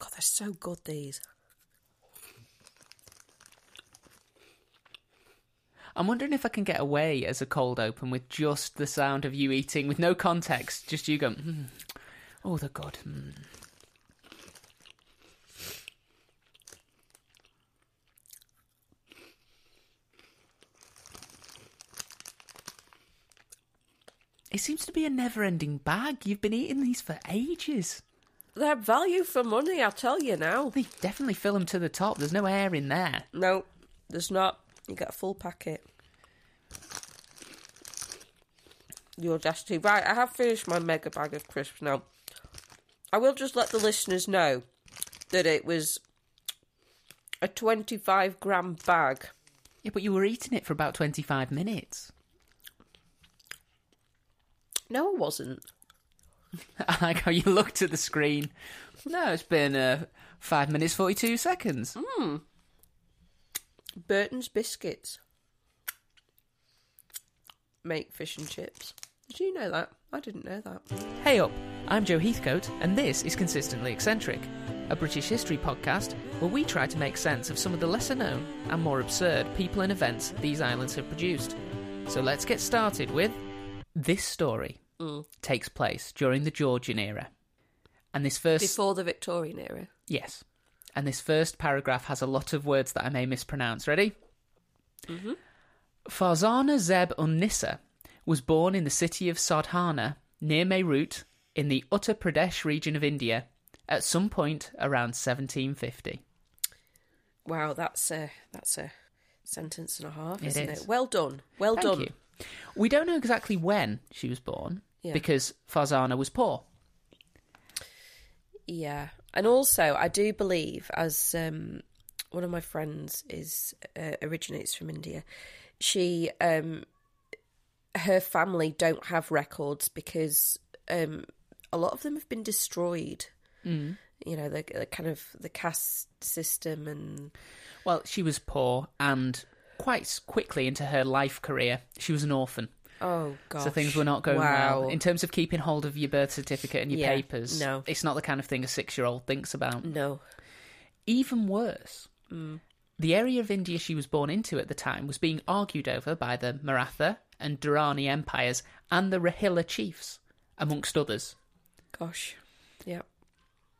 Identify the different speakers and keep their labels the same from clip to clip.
Speaker 1: They're so good, these.
Speaker 2: I'm wondering if I can get away as a cold open with just the sound of you eating with no context, just you going, mm. oh, they're good. Mm. It seems to be a never ending bag. You've been eating these for ages.
Speaker 1: They're value for money, I tell you now.
Speaker 2: They definitely fill them to the top. There's no air in there.
Speaker 1: No, there's not. You get a full packet. The audacity. Right, I have finished my mega bag of crisps now. I will just let the listeners know that it was a 25 gram bag.
Speaker 2: Yeah, but you were eating it for about 25 minutes.
Speaker 1: No, it wasn't.
Speaker 2: I like how you looked at the screen. No, it's been uh, 5 minutes 42 seconds.
Speaker 1: Burton's Biscuits make fish and chips. Did you know that? I didn't know that.
Speaker 2: Hey up, I'm Joe Heathcote, and this is Consistently Eccentric, a British history podcast where we try to make sense of some of the lesser known and more absurd people and events these islands have produced. So let's get started with this story takes place during the Georgian era. And this first
Speaker 1: Before the Victorian era.
Speaker 2: Yes. And this first paragraph has a lot of words that I may mispronounce. Ready?
Speaker 1: Mm-hmm.
Speaker 2: Farzana Zeb Unnissa was born in the city of Sardhana, near Meerut, in the Uttar Pradesh region of India, at some point around 1750.
Speaker 1: Wow, that's a that's a sentence and a half,
Speaker 2: It
Speaker 1: is isn't
Speaker 2: is.
Speaker 1: it? Well done. Well
Speaker 2: Thank
Speaker 1: done.
Speaker 2: you. We don't know exactly when she was born
Speaker 1: Yeah.
Speaker 2: because Farzana was poor.
Speaker 1: Yeah, and also I do believe, as um, one of my friends is uh, originates from India, she um, her family don't have records because um, a lot of them have been destroyed. Mm. You know, the, the kind of the caste system and
Speaker 2: Well, she was poor and quite s- quickly into her life career, she was an orphan.
Speaker 1: oh god,
Speaker 2: So things were not going
Speaker 1: wow.
Speaker 2: well. In terms of keeping hold of your birth certificate and your
Speaker 1: Yeah,
Speaker 2: papers,
Speaker 1: no. Mm.
Speaker 2: it's not the kind of thing a six year old thinks about.
Speaker 1: No,
Speaker 2: Even worse,
Speaker 1: Mm.
Speaker 2: the area of India she was born into at the time was being argued over by the Maratha and Durrani empires and the Rahila chiefs, amongst others.
Speaker 1: gosh, yeah,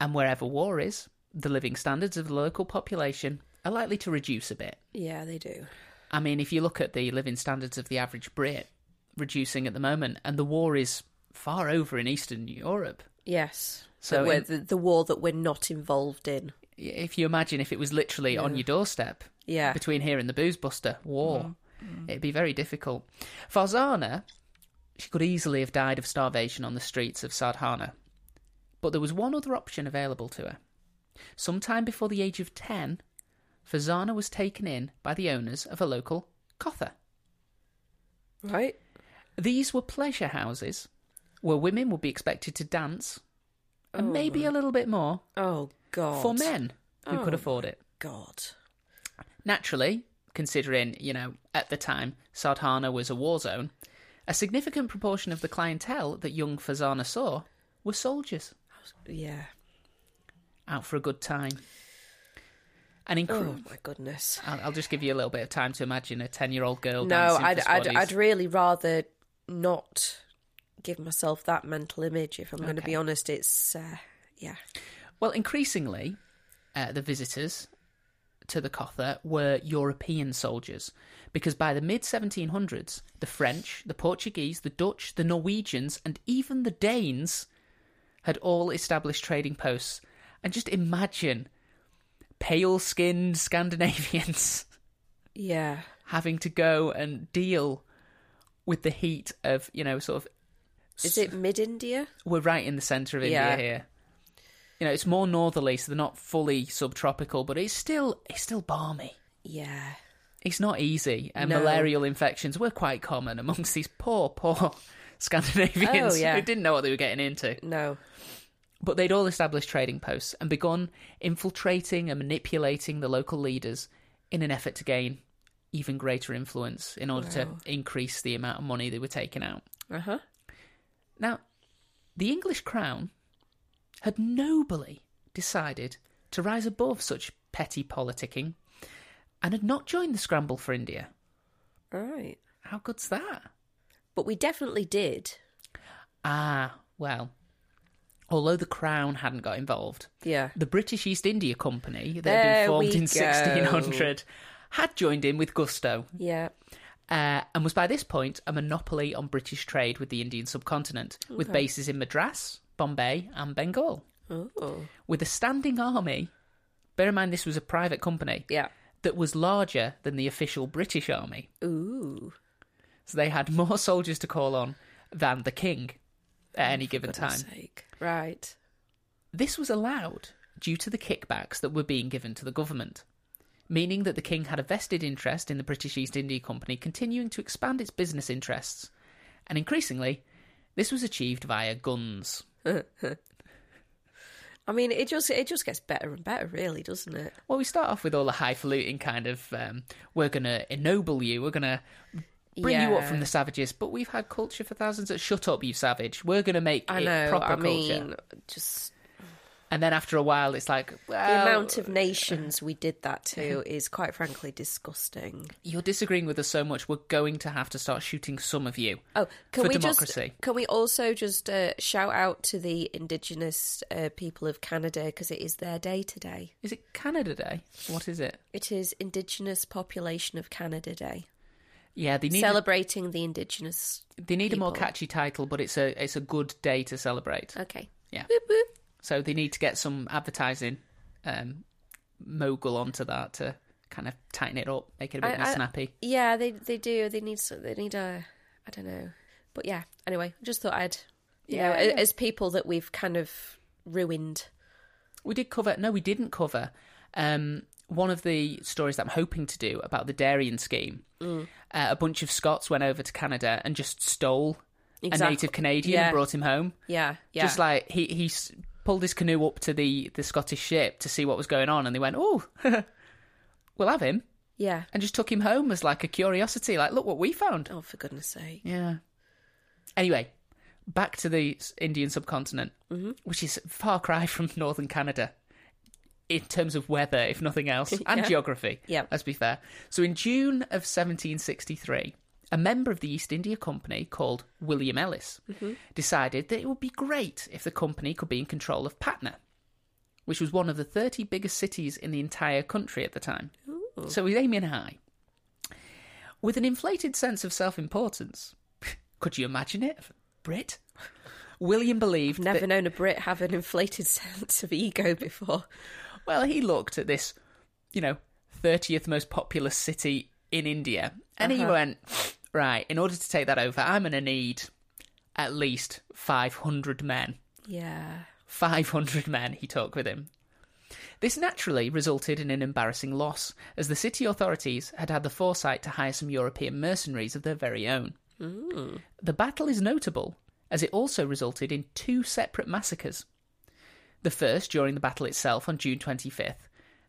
Speaker 2: And wherever war is, the living standards of the local population are likely to reduce a bit.
Speaker 1: yeah, they do.
Speaker 2: I mean, if you look at the living standards of the average Brit, reducing at the moment, and the war is far over in Eastern Europe.
Speaker 1: Yes, so
Speaker 2: So
Speaker 1: the,
Speaker 2: in-
Speaker 1: the, the war that we're not involved in.
Speaker 2: if you imagine if it was literally on your doorstep
Speaker 1: Yeah. Mm-hmm.
Speaker 2: between here and the booze buster war it'd be very difficult farzana she could easily have died of starvation on the streets of sadhana but there was one other option available to her sometime before the age of 10 farzana was taken in by the owners of a local kotha
Speaker 1: Right?
Speaker 2: these were pleasure houses where women would be expected to dance and maybe a little bit more
Speaker 1: Oh god.
Speaker 2: for men who could
Speaker 1: Oh.
Speaker 2: afford it
Speaker 1: God.
Speaker 2: Naturally, considering, you know, at the time, Sardhana was a war zone, a significant proportion of the clientele that young Fazana saw were soldiers
Speaker 1: Yeah.
Speaker 2: out for a good time. And in
Speaker 1: Oh my goodness.
Speaker 2: I'll, I'll just give you a little bit of time to imagine a 10 year old girl.
Speaker 1: No,
Speaker 2: dancing for
Speaker 1: I'd, I'd
Speaker 2: squaddies.
Speaker 1: I'd really rather not give myself that mental image. If I'm going to
Speaker 2: Okay.
Speaker 1: be honest, it's uh, yeah.
Speaker 2: Well, increasingly, uh, the visitors to the Kotha were European soldiers because by the mid 1700s, the French, the Portuguese, the Dutch, the Norwegians, and even the Danes had all established trading posts. And just imagine pale skinned Scandinavians
Speaker 1: Yeah.
Speaker 2: having to go and deal with the heat of, you know, sort of
Speaker 1: Is it mid India?
Speaker 2: we're right in the centre of India
Speaker 1: Yeah.
Speaker 2: here. You know, it's more northerly, so they're not fully subtropical, but it's still it's still balmy.
Speaker 1: Yeah.
Speaker 2: It's not easy, and
Speaker 1: No.
Speaker 2: malarial infections were quite common amongst these poor, poor Scandinavians
Speaker 1: Oh, yeah.
Speaker 2: who didn't know what they were getting into.
Speaker 1: No.
Speaker 2: But they'd all established trading posts and begun infiltrating and manipulating the local leaders in an effort to gain even greater influence in order
Speaker 1: Wow.
Speaker 2: to increase the amount of money they were taking out.
Speaker 1: Uh huh.
Speaker 2: Now, the English crown had nobly decided to rise above such petty politicking and had not joined the scramble for India.
Speaker 1: Right.
Speaker 2: How good's that?
Speaker 1: But we definitely did.
Speaker 2: Ah, well, although the Crown hadn't got involved,
Speaker 1: Yeah.
Speaker 2: the British East India Company, that had
Speaker 1: There
Speaker 2: been formed
Speaker 1: we
Speaker 2: in
Speaker 1: go.
Speaker 2: 1600, had joined in with gusto
Speaker 1: Yeah.
Speaker 2: uh, and was by this point a monopoly on British trade with the Indian subcontinent, with bases in Madras, Bombay, and Bengal.
Speaker 1: Oh.
Speaker 2: With a standing army, bear in mind this was a private company,
Speaker 1: Yeah.
Speaker 2: that was larger than the official British army.
Speaker 1: Ooh.
Speaker 2: So they had more soldiers to call on than the king at any given time.
Speaker 1: God's Oh, sake. Right.
Speaker 2: This was allowed due to the kickbacks that were being given to the government, meaning that the king had a vested interest in the British East India Company continuing to expand its business interests, and increasingly, this was achieved via guns.
Speaker 1: I mean, it just it just gets better and better, really, doesn't it?
Speaker 2: Well, we start off with all the highfalutin kind of um, we're going to ennoble you, we're going to bring you up
Speaker 1: Yeah.
Speaker 2: from the savages, but we've had culture for thousands of shut up, you savage. We're going to make
Speaker 1: I
Speaker 2: it
Speaker 1: know.
Speaker 2: proper
Speaker 1: I mean,
Speaker 2: culture.
Speaker 1: just
Speaker 2: And then after a while, it's like, well,
Speaker 1: the amount of nations we did that to is quite frankly disgusting.
Speaker 2: you're disagreeing with us so much, we're going to have to start shooting some of you.
Speaker 1: Oh, can
Speaker 2: For
Speaker 1: we
Speaker 2: democracy.
Speaker 1: just can we also just uh, shout out to the indigenous uh, people of Canada because it is their day today.
Speaker 2: Is it Canada Day? What is it?
Speaker 1: It is Indigenous Population of Canada Day,
Speaker 2: Yeah, they need
Speaker 1: celebrating the indigenous.
Speaker 2: they need a more
Speaker 1: people.
Speaker 2: catchy title, but it's a it's a good day to celebrate.
Speaker 1: Okay.
Speaker 2: Yeah.
Speaker 1: Whoop, whoop.
Speaker 2: So they need to get some advertising um, mogul onto that to kind of tighten it up, make it a bit
Speaker 1: I-
Speaker 2: more
Speaker 1: I-
Speaker 2: snappy.
Speaker 1: Yeah, they they do. They need so- they need a I don't know, but yeah. Anyway, just thought I'd you know
Speaker 2: Yeah.
Speaker 1: a- as people that we've kind of ruined.
Speaker 2: We did cover. No, we didn't cover. Um, one of the stories that I'm hoping to do about the Darien scheme.
Speaker 1: Mm.
Speaker 2: Uh, a bunch of Scots went over to Canada and just stole a
Speaker 1: Exact-
Speaker 2: native Canadian
Speaker 1: yeah.
Speaker 2: and brought him home.
Speaker 1: Yeah, yeah.
Speaker 2: Just like he he s- pulled his canoe up to the the Scottish ship to see what was going on, and they went, "Oh, we'll have him,"
Speaker 1: yeah.
Speaker 2: and just took him home as like a curiosity, like, "Look what we found."
Speaker 1: Oh, for goodness' sake.
Speaker 2: Yeah. Anyway, back to the s- Indian subcontinent,
Speaker 1: Mm-hmm.
Speaker 2: which is a far cry from northern Canada in terms of weather, if nothing else, and geography.
Speaker 1: Yeah.
Speaker 2: Let's be fair. So in June of 1763, a member of the East India Company called William Ellis
Speaker 1: Mm-hmm.
Speaker 2: decided that it would be great if the company could be in control of Patna, which was one of the 30 biggest cities in the entire country at the time. So he's aiming high. With an inflated sense of self importance, could you imagine it? Brit? William believed
Speaker 1: Never
Speaker 2: that
Speaker 1: known a Brit have an inflated sense of ego before.
Speaker 2: Well, he looked at this, you know, 30th most populous city in India and he went, right, in order to take that over, I'm going to need at least 500 men.
Speaker 1: Yeah.
Speaker 2: 500 men he took with him. This naturally resulted in an embarrassing loss, as the city authorities had had the foresight to hire some European mercenaries of their very own. The battle is notable, as it also resulted in two separate massacres. The first during the battle itself on June 25th,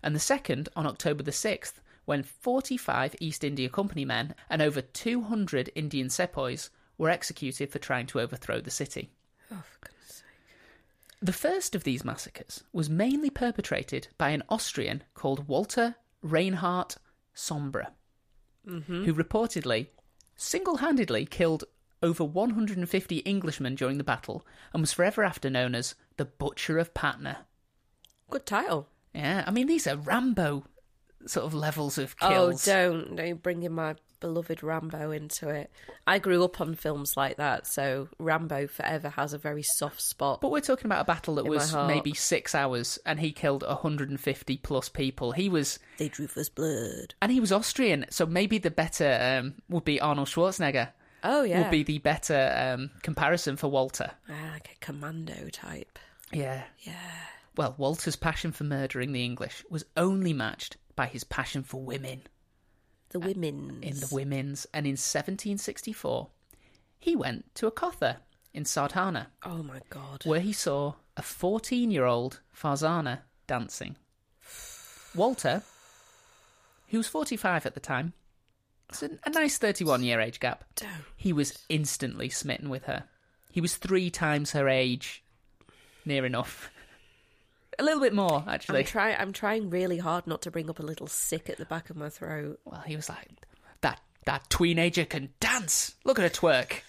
Speaker 2: and the second on October the 6th, when 45 East India Company men and over 200 Indian sepoys were executed for trying to overthrow the city.
Speaker 1: Oh, for goodness' sake.
Speaker 2: The first of these massacres was mainly perpetrated by an Austrian called Walter Reinhardt Sombra,
Speaker 1: Mm-hmm.
Speaker 2: who reportedly single handedly killed over 150 Englishmen during the battle and was forever after known as the Butcher of Patna.
Speaker 1: Good title.
Speaker 2: Yeah, I mean, these are Rambo sort of levels of kills.
Speaker 1: Oh, don't don't bring in my beloved Rambo into it. I grew up on films like that, so Rambo forever has a very soft spot.
Speaker 2: But we're talking about a battle that
Speaker 1: In my
Speaker 2: was
Speaker 1: heart.
Speaker 2: maybe six hours and he killed 150 plus people. He was.
Speaker 1: They drew first blood.
Speaker 2: And he was Austrian, so maybe the better um, would be Arnold Schwarzenegger.
Speaker 1: Oh yeah.
Speaker 2: would be the better um, comparison for Walter.
Speaker 1: Ah, like a commando type.
Speaker 2: Yeah.
Speaker 1: Yeah.
Speaker 2: Well, Walter's passion for murdering the English was only matched by his passion for women
Speaker 1: Uh, The women.
Speaker 2: in the women's. And in 1764, he went to a cotha in Sardhana,
Speaker 1: Oh my god.
Speaker 2: where he saw a 14 year old Farzana dancing. Walter, who was 45 at the time, it's a, a nice 31 year age gap.
Speaker 1: Don't.
Speaker 2: He was instantly smitten with her. He was three times her age, near enough. a little bit more
Speaker 1: I'm,
Speaker 2: actually.
Speaker 1: try- I'm trying really hard not to bring up a little sick at the back of my throat.
Speaker 2: well, he was like, "That that teenager can dance. Look at her twerk."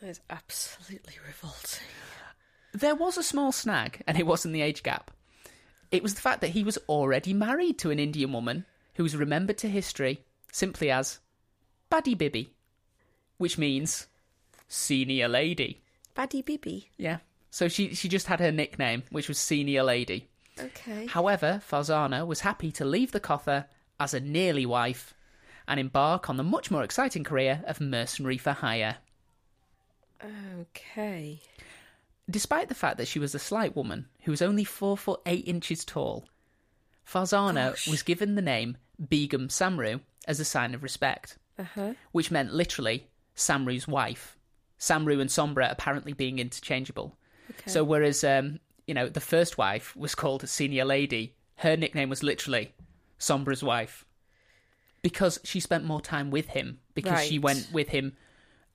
Speaker 1: It's absolutely revolting.
Speaker 2: There was a small snag, and it wasn't the age gap. It was the fact that he was already married to an Indian woman who was remembered to history simply as Baddy Bibby, which means senior lady.
Speaker 1: Baddy Bibby.
Speaker 2: Yeah. So she, she just had her nickname, which was senior lady.
Speaker 1: Okay.
Speaker 2: However, Farzana was happy to leave the Kotha as a nearly wife and embark on the much more exciting career of mercenary for hire.
Speaker 1: Okay.
Speaker 2: Despite the fact that she was a slight woman who was only four foot eight inches tall, Farzana
Speaker 1: Gosh.
Speaker 2: was given the name Begum Samru as a sign of respect,
Speaker 1: Uh huh.
Speaker 2: which meant literally Samru's wife. Samru and Sombra apparently being interchangeable.
Speaker 1: Okay.
Speaker 2: So whereas um, you know the first wife was called Senior Lady, her nickname was literally Sombra's wife because she spent more time with him because she
Speaker 1: Right.
Speaker 2: went with him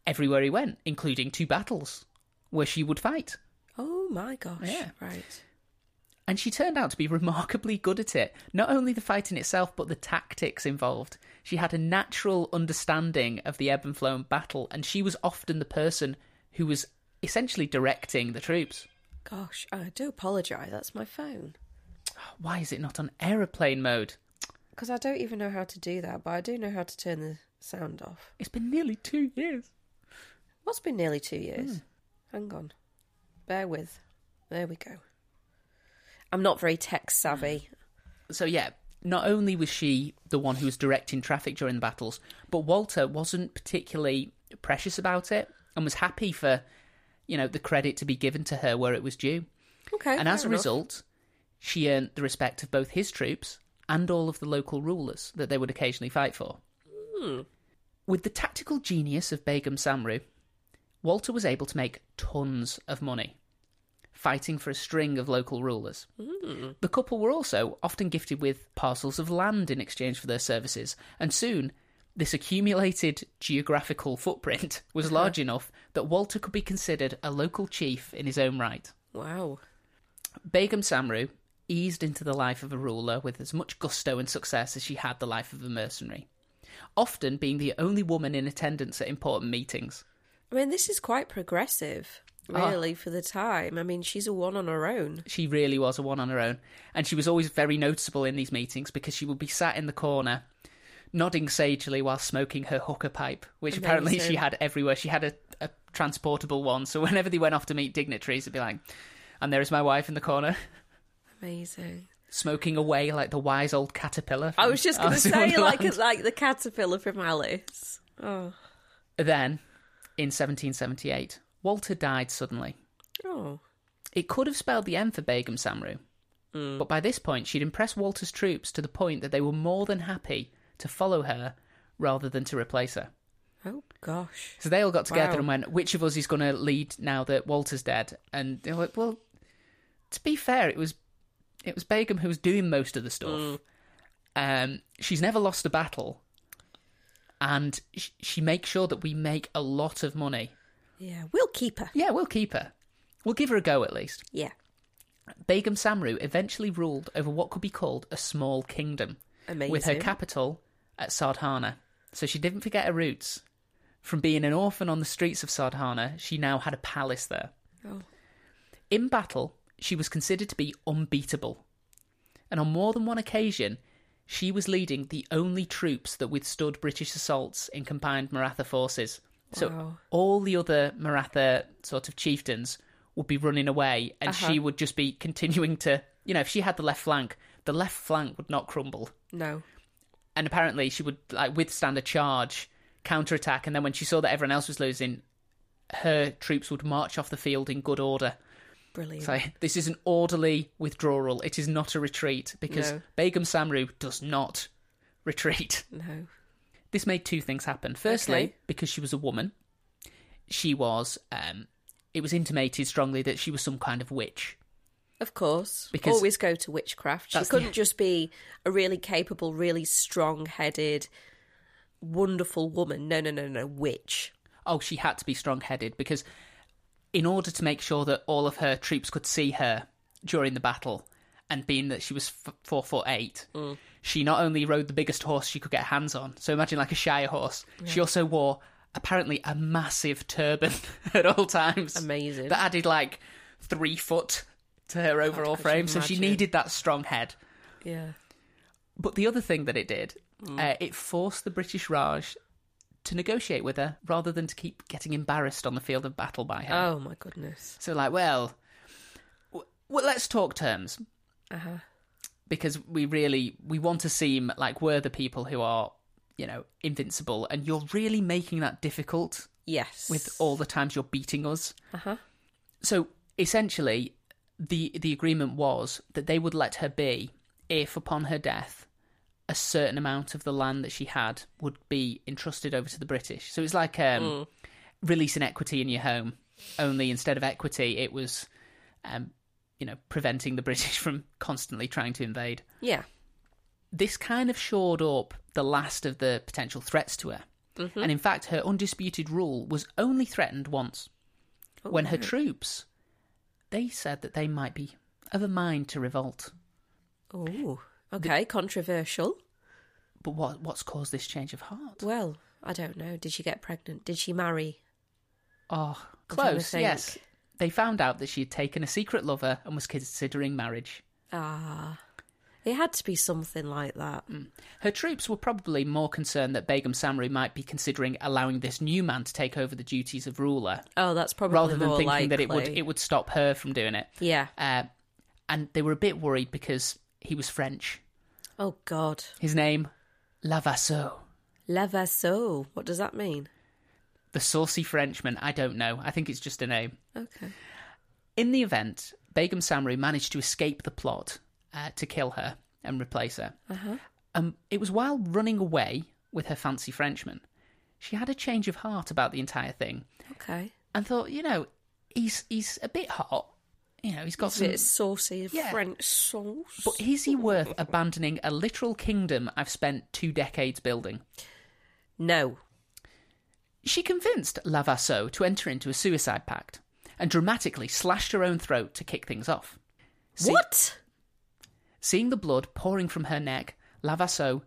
Speaker 2: everywhere he went, including two battles where she would fight.
Speaker 1: Oh my gosh.
Speaker 2: Yeah.
Speaker 1: Right.
Speaker 2: And she turned out to be remarkably good at it. Not only the fight in itself, but the tactics involved. She had a natural understanding of the ebb and flow of battle, and she was often the person who was essentially directing the troops.
Speaker 1: Gosh, I do apologise. That's my phone.
Speaker 2: Why is it not on aeroplane mode?
Speaker 1: Because I don't even know how to do that, but I do know how to turn the sound off.
Speaker 2: It's been nearly two years.
Speaker 1: What's been nearly two years?
Speaker 2: Hmm.
Speaker 1: Hang on. Bear with. There we go. I'm not very tech savvy.
Speaker 2: So, yeah, not only was she the one who was directing traffic during the battles, but Walter wasn't particularly precious about it and was happy for, you know, the credit to be given to her where it was due.
Speaker 1: Okay.
Speaker 2: Hmm. and as a
Speaker 1: fair enough.
Speaker 2: result, she earned the respect of both his troops and all of the local rulers that they would occasionally fight for. With the tactical genius of Begum Samru, Walter was able to make tons of money fighting for a string of local rulers.
Speaker 1: Hmm.
Speaker 2: The couple were also often gifted with parcels of land in exchange for their services, and soon this accumulated geographical footprint was large enough that Walter could be considered a local chief in his own right.
Speaker 1: Wow.
Speaker 2: Begum Samru eased into the life of a ruler with as much gusto and success as she had the life of a mercenary, often being the only woman in attendance at important meetings.
Speaker 1: I mean, this is quite progressive,
Speaker 2: Ah.
Speaker 1: really, for the time. I mean, she's a one on her own.
Speaker 2: She really was a one on her own, and she was always very noticeable in these meetings because she would be sat in the corner, nodding sagely while smoking her hooker pipe, which apparently she
Speaker 1: Amazing.
Speaker 2: had everywhere. She had a, a transportable one, so whenever they went off to meet dignitaries, it'd be like, and there is my wife in the corner,
Speaker 1: Amazing.
Speaker 2: smoking away like the wise old caterpillar.
Speaker 1: I
Speaker 2: from
Speaker 1: was just going to
Speaker 2: Alice in
Speaker 1: say,
Speaker 2: Wonderland.
Speaker 1: like, like the caterpillar from Alice. Oh.
Speaker 2: Then, in 1778, Walter died suddenly.
Speaker 1: Oh.
Speaker 2: It could have spelled the end for Begum Samru, but by this point she'd impressed Walter's troops to the point that they were more than happy to follow her rather than to replace her.
Speaker 1: Oh, gosh.
Speaker 2: So they all got together
Speaker 1: Wow.
Speaker 2: and went, "Which of us is going to lead now that Walter's dead?" And they were like, "Well, to be fair, it was it was Begum who was doing most of the stuff. Um, she's never lost a battle, and sh- she makes sure that we make a lot of money."
Speaker 1: Yeah. We'll keep her.
Speaker 2: Yeah, we'll keep her. We'll give her a go at least.
Speaker 1: Yeah.
Speaker 2: Begum Samru eventually ruled over what could be called a small kingdom,
Speaker 1: Amazing.
Speaker 2: with her capital at Sardhana. So she didn't forget her roots. From being an orphan on the streets of Sardhana, she now had a palace there.
Speaker 1: Oh.
Speaker 2: In battle, she was considered to be unbeatable. And on more than one occasion, she was leading the only troops that withstood British assaults in combined Maratha forces. So
Speaker 1: Wow.
Speaker 2: all the other Maratha sort of chieftains would be running away, and she would just be continuing to, you know, if she had the left flank, the left flank would not crumble.
Speaker 1: No.
Speaker 2: And apparently, she would like withstand a charge, counterattack, and then when she saw that everyone else was losing, her troops would march off the field in good order.
Speaker 1: Brilliant.
Speaker 2: So this is an orderly withdrawal. It is not a retreat because
Speaker 1: No.
Speaker 2: Begum Samru does not retreat.
Speaker 1: no.
Speaker 2: This made two things happen. Firstly,
Speaker 1: Okay.
Speaker 2: because she was a woman, she was. Um, it was intimated strongly that she was some kind of witch.
Speaker 1: Of course.
Speaker 2: Because-
Speaker 1: Always go to witchcraft. She
Speaker 2: That's the-
Speaker 1: couldn't just be a really capable, really strong headed, wonderful woman. No, no, no, no. Witch.
Speaker 2: Oh, she had to be strong-headed because, in order to make sure that all of her troops could see her during the battle, and being that she was f- four foot eight,
Speaker 1: Mm.
Speaker 2: she not only rode the biggest horse she could get hands on. So imagine like a shire horse. She also wore apparently a massive turban at all times.
Speaker 1: Amazing.
Speaker 2: That added like three foot to her overall
Speaker 1: could you
Speaker 2: frame. So she
Speaker 1: imagine?
Speaker 2: needed that strong head.
Speaker 1: yeah.
Speaker 2: But the other thing that it did,
Speaker 1: Mm.
Speaker 2: uh, it forced the British Raj to negotiate with her rather than to keep getting embarrassed on the field of battle by her.
Speaker 1: Oh my goodness.
Speaker 2: So, like, well, w- well, let's talk terms
Speaker 1: Uh huh.
Speaker 2: because we really we want to seem like we're the people who are, you know, invincible, and you're really making that difficult
Speaker 1: Yes.
Speaker 2: with all the times you're beating us.
Speaker 1: Uh huh.
Speaker 2: So essentially, the the agreement was that they would let her be if, upon her death, a certain amount of the land that she had would be entrusted over to the British. So it's like um, releasing equity in your home, only instead of equity, it was, um, you know, preventing the British from constantly trying to invade.
Speaker 1: Yeah.
Speaker 2: This kind of shored up the last of the potential threats to her.
Speaker 1: Mm-hmm. Hmm.
Speaker 2: And in fact, her undisputed rule was only threatened once
Speaker 1: Oh,
Speaker 2: when her
Speaker 1: right.
Speaker 2: troops they said that they might be of a mind to revolt
Speaker 1: Oh. Okay. Controversial.
Speaker 2: but what what's caused this change of heart
Speaker 1: Well, I don't know. Did she get pregnant? Did she marry?
Speaker 2: oh
Speaker 1: trying to
Speaker 2: close
Speaker 1: think.
Speaker 2: yes they found out that she had taken a secret lover and was considering marriage
Speaker 1: Ah. It had to be something like that.
Speaker 2: her troops were probably more concerned that Begum Samru might be considering allowing this new man to take over the duties of ruler
Speaker 1: Oh, that's probably
Speaker 2: rather than
Speaker 1: more
Speaker 2: thinking
Speaker 1: likely.
Speaker 2: that it would it would stop her from doing it
Speaker 1: Yeah.
Speaker 2: uh, and they were a bit worried because he was French
Speaker 1: Oh God.
Speaker 2: his name Lavasseur
Speaker 1: Levasseur. What does that mean?
Speaker 2: the saucy Frenchman I don't know I think it's just a name
Speaker 1: Okay.
Speaker 2: In the event, Begum Samru managed to escape the plot uh, to kill her and replace her.
Speaker 1: Uh-huh.
Speaker 2: Um, it was while running away with her fancy Frenchman. She had a change of heart about the entire thing
Speaker 1: Okay.
Speaker 2: and thought, you know, he's he's a bit hot. You know, he's got
Speaker 1: So
Speaker 2: some.
Speaker 1: it's saucy
Speaker 2: yeah.
Speaker 1: French sauce.
Speaker 2: But is he worth abandoning a literal kingdom I've spent two decades building?
Speaker 1: no.
Speaker 2: She convinced Lavasseur to enter into a suicide pact and dramatically slashed her own throat to kick things off. See-
Speaker 1: what?
Speaker 2: Seeing the blood pouring from her neck, Lavasso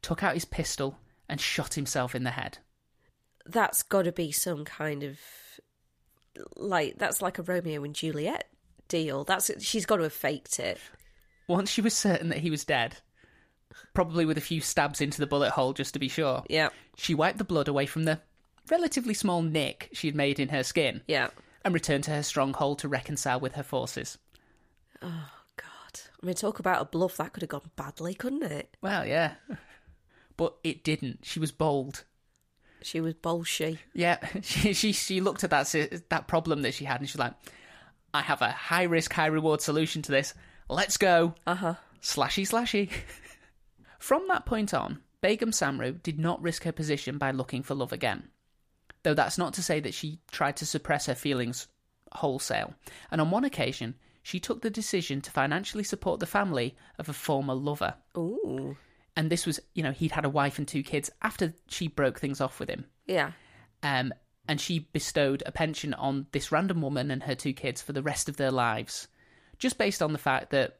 Speaker 2: took out his pistol and shot himself in the head.
Speaker 1: That's got to be some kind of like that's like a Romeo and Juliet deal. That's she's got to have faked it.
Speaker 2: Once she was certain that he was dead, probably with a few stabs into the bullet hole just to be sure,
Speaker 1: Yeah.
Speaker 2: she wiped the blood away from the relatively small nick she had made in her skin
Speaker 1: Yeah.
Speaker 2: and returned to her stronghold to reconcile with her forces.
Speaker 1: God. I mean, talk about a bluff that could have gone badly, couldn't it?
Speaker 2: Well, yeah. But it didn't. She was bold.
Speaker 1: She was bolshy.
Speaker 2: Yeah, she she she looked at that si- that problem that she had and she's like, I have a high risk, high reward solution to this. Let's go.
Speaker 1: Uh huh.
Speaker 2: Slashy, slashy. From that point on, Begum Samru did not risk her position by looking for love again. Though that's not to say that she tried to suppress her feelings wholesale. And on one occasion, she took the decision to financially support the family of a former lover.
Speaker 1: Ooh.
Speaker 2: And this was, you know, he'd had a wife and two kids after she broke things off with him.
Speaker 1: Yeah.
Speaker 2: Um, and she bestowed a pension on this random woman and her two kids for the rest of their lives, just based on the fact that,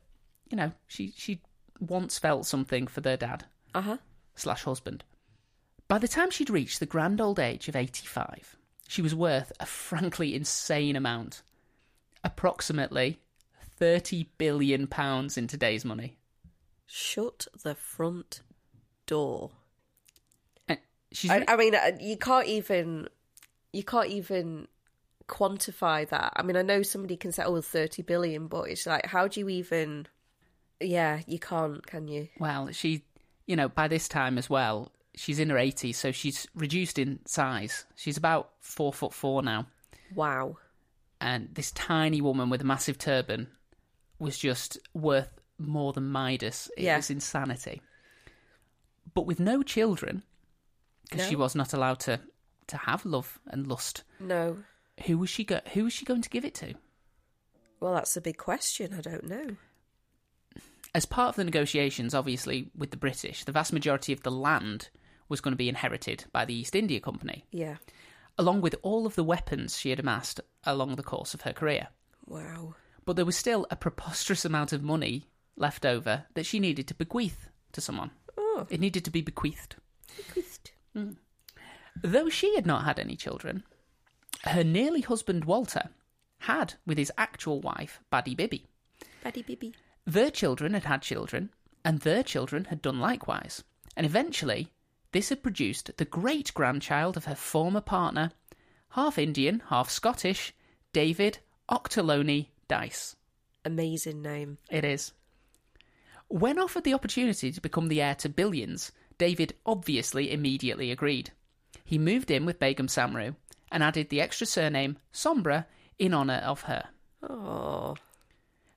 Speaker 2: you know, she she once felt something for their dad
Speaker 1: Uh huh.
Speaker 2: slash husband. By the time she'd reached the grand old age of eighty five, she was worth a frankly insane amount, approximately thirty billion pounds in today's money.
Speaker 1: Shut the front door.
Speaker 2: And she's
Speaker 1: I, I mean, uh, you can't even you can't even quantify that. I mean, I know somebody can say, "Oh, thirty billion, but it's like, how do you even? Yeah, you can't, can you?
Speaker 2: Well, she, you know, by this time as well, she's in her 80s, so she's reduced in size. She's about four foot four now.
Speaker 1: Wow.
Speaker 2: And this tiny woman with a massive turban was just worth more than Midas. It
Speaker 1: Yeah.
Speaker 2: was insanity. But with no children, because she
Speaker 1: No.
Speaker 2: was not allowed to, to have love and lust,
Speaker 1: No.
Speaker 2: who was she go- who was she going to give it to?
Speaker 1: Well, that's a big question. I don't know.
Speaker 2: as part of the negotiations, obviously, with the British, the vast majority of the land was going to be inherited by the East India Company,
Speaker 1: Yeah.
Speaker 2: along with all of the weapons she had amassed along the course of her career.
Speaker 1: Wow.
Speaker 2: But there was still a preposterous amount of money left over that she needed to bequeath to someone.
Speaker 1: Oh,
Speaker 2: It needed to be bequeathed.
Speaker 1: bequeathed.
Speaker 2: Though she had not had any children, her nearly husband Walter had with his actual wife, Baddy Bibby.
Speaker 1: Baddy Bibby.
Speaker 2: Their children had had children, and their children had done likewise. And eventually, this had produced the great grandchild of her former partner, half Indian, half Scottish, David Octolone Dice.
Speaker 1: Amazing name.
Speaker 2: It is. When offered the opportunity to become the heir to billions, David obviously immediately agreed. He moved in with Begum Samru and added the extra surname Sombra in honour of her.
Speaker 1: Oh,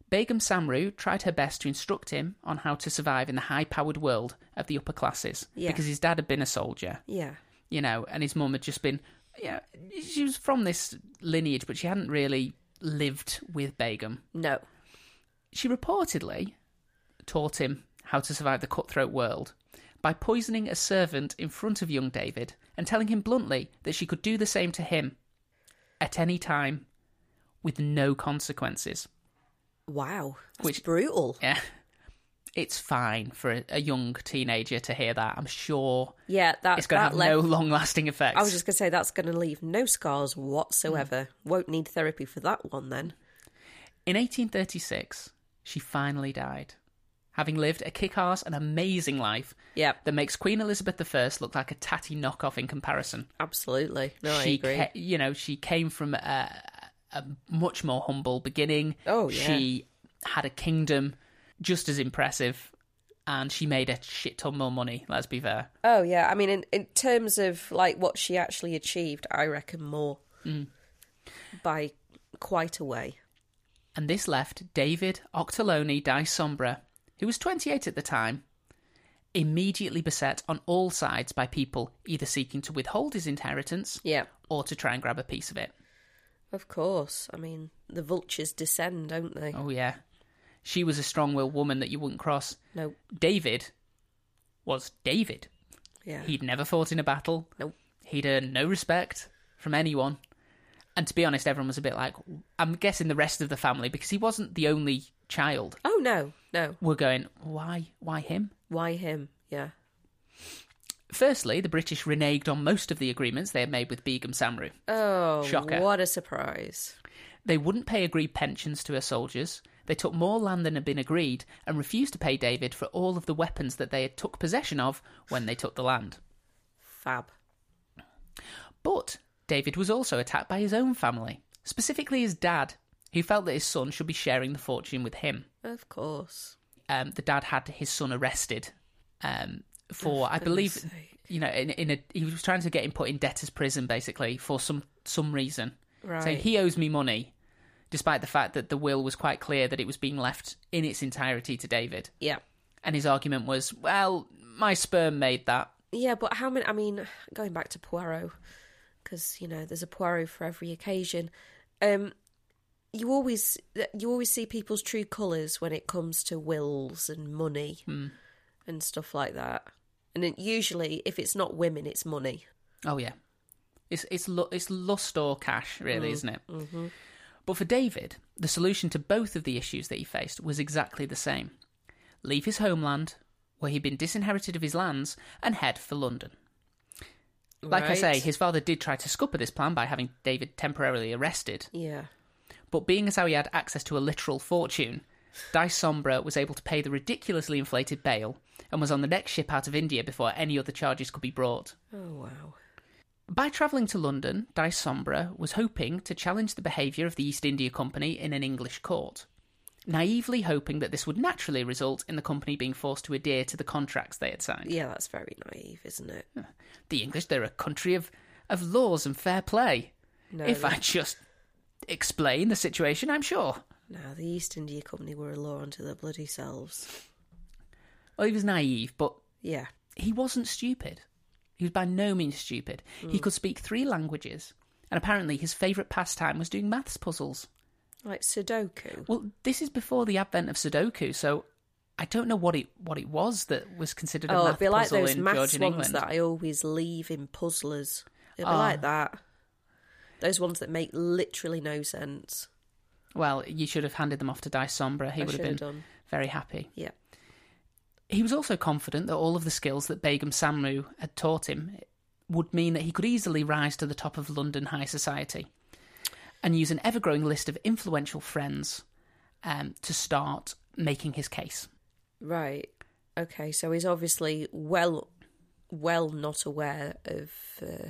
Speaker 2: Begum Samru tried her best to instruct him on how to survive in the high powered world of the upper classes
Speaker 1: Yeah.
Speaker 2: because his dad had been a soldier,
Speaker 1: yeah.
Speaker 2: you know, and his mum had just been, yeah, she was from this lineage, but she hadn't really lived with Begum.
Speaker 1: No.
Speaker 2: She reportedly taught him how to survive the cutthroat world by poisoning a servant in front of young David and telling him bluntly that she could do the same to him at any time with no consequences.
Speaker 1: Wow. That's
Speaker 2: Which-
Speaker 1: brutal.
Speaker 2: Yeah. It's fine for a, a young teenager to hear that. I'm sure
Speaker 1: Yeah, that,
Speaker 2: it's going to
Speaker 1: that
Speaker 2: have
Speaker 1: left.
Speaker 2: no long lasting effects.
Speaker 1: I was just going to say that's going to leave no scars whatsoever.
Speaker 2: Mm.
Speaker 1: Won't need therapy for that one then.
Speaker 2: In 1836, she finally died, having lived a kick ass and amazing life
Speaker 1: Yeah,
Speaker 2: that makes Queen Elizabeth I look like a tatty knockoff in comparison.
Speaker 1: absolutely. No,
Speaker 2: she
Speaker 1: I agree.
Speaker 2: ca- you know, she came from a, a much more humble beginning.
Speaker 1: Oh, yeah.
Speaker 2: She had a kingdom just as impressive, and she made a shit ton more money, let's be fair.
Speaker 1: Oh yeah, I mean, in, in terms of like what she actually achieved, I reckon more
Speaker 2: Mm.
Speaker 1: by quite a way.
Speaker 2: and this left David Octolone di Sombra, who was 28 at the time, immediately beset on all sides by people either seeking to withhold his inheritance
Speaker 1: Yeah,
Speaker 2: or to try and grab a piece of it.
Speaker 1: of course. I mean, the vultures descend, don't they?
Speaker 2: Oh, yeah. She was a strong willed woman that you wouldn't cross.
Speaker 1: No,
Speaker 2: David was David.
Speaker 1: yeah,
Speaker 2: He'd never fought in a battle,
Speaker 1: no,
Speaker 2: he'd earned no respect from anyone. And to be honest, everyone was a bit like, I'm guessing the rest of the family, because he wasn't the only child,
Speaker 1: oh no, no.
Speaker 2: were going, why, why him?
Speaker 1: Why him? Yeah,
Speaker 2: Firstly, the British reneged on most of the agreements they had made with Begum Samru.
Speaker 1: Oh,
Speaker 2: Shocker.
Speaker 1: what a surprise.
Speaker 2: They wouldn't pay agreed pensions to her soldiers. They took more land than had been agreed and refused to pay David for all of the weapons that they had took possession of when they took the land.
Speaker 1: Fab.
Speaker 2: But David was also attacked by his own family, specifically his dad, who felt that his son should be sharing the fortune with him.
Speaker 1: Of course.
Speaker 2: um, the dad had his son arrested um, for, I believe,
Speaker 1: sake.
Speaker 2: you know, in, in a he was trying to get him put in debtor's prison basically for some some reason.
Speaker 1: Right.
Speaker 2: Saying he owes me money, despite the fact that the will was quite clear that it was being left in its entirety to David.
Speaker 1: Yeah.
Speaker 2: And his argument was, well, my sperm made that.
Speaker 1: Yeah, but how many? I mean, going back to Poirot, because you know there's a Poirot for every occasion. Um, you always you always see people's true colours when it comes to wills and money
Speaker 2: Hmm.
Speaker 1: and stuff like that. And it, usually, if it's not women, it's money.
Speaker 2: Oh yeah, it's it's lu- it's lust or cash,
Speaker 1: Mm,
Speaker 2: really, isn't it?
Speaker 1: mm-hmm.
Speaker 2: But for David, the solution to both of the issues that he faced was exactly the same: leave his homeland, where he'd been disinherited of his lands, and head for London. Like I say,
Speaker 1: Right?
Speaker 2: his father did try to scupper this plan by having David temporarily arrested,
Speaker 1: yeah,
Speaker 2: but being as how he had access to a literal fortune, Dice Sombra was able to pay the ridiculously inflated bail and was on the next ship out of India before any other charges could be brought.
Speaker 1: oh wow,
Speaker 2: By travelling to London, Di Sombra was hoping to challenge the behaviour of the East India Company in an English court, naively hoping that this would naturally result in the company being forced to adhere to the contracts they had signed.
Speaker 1: yeah, that's very naive, isn't it?
Speaker 2: The English, they're a country of, of laws and fair play.
Speaker 1: No,
Speaker 2: if
Speaker 1: the-
Speaker 2: I just explain the situation, I'm sure.
Speaker 1: no, the East India Company were a law unto their bloody selves.
Speaker 2: Well, he was naive, but
Speaker 1: Yeah,
Speaker 2: he wasn't stupid. He was by no means stupid.
Speaker 1: Hmm.
Speaker 2: He could speak three languages, and apparently his favourite pastime was doing maths puzzles.
Speaker 1: like Sudoku.
Speaker 2: Well, this is before the advent of Sudoku, so I don't know what it what it was that was considered a
Speaker 1: Oh,
Speaker 2: math
Speaker 1: it'd be like
Speaker 2: puzzle
Speaker 1: those
Speaker 2: in
Speaker 1: maths
Speaker 2: Georgian
Speaker 1: ones
Speaker 2: England.
Speaker 1: that I always leave in puzzlers. It'd be
Speaker 2: Ah.
Speaker 1: like that. Those ones that make literally no sense.
Speaker 2: Well, you should have handed them off to Dice Sombra. He
Speaker 1: I
Speaker 2: would
Speaker 1: should
Speaker 2: have been
Speaker 1: have done.
Speaker 2: very happy.
Speaker 1: Yeah.
Speaker 2: He was also confident that all of the skills that Begum Samru had taught him would mean that he could easily rise to the top of London high society and use an ever growing list of influential friends um, to start making his case.
Speaker 1: Right. Okay. So he's obviously well, well not aware of uh,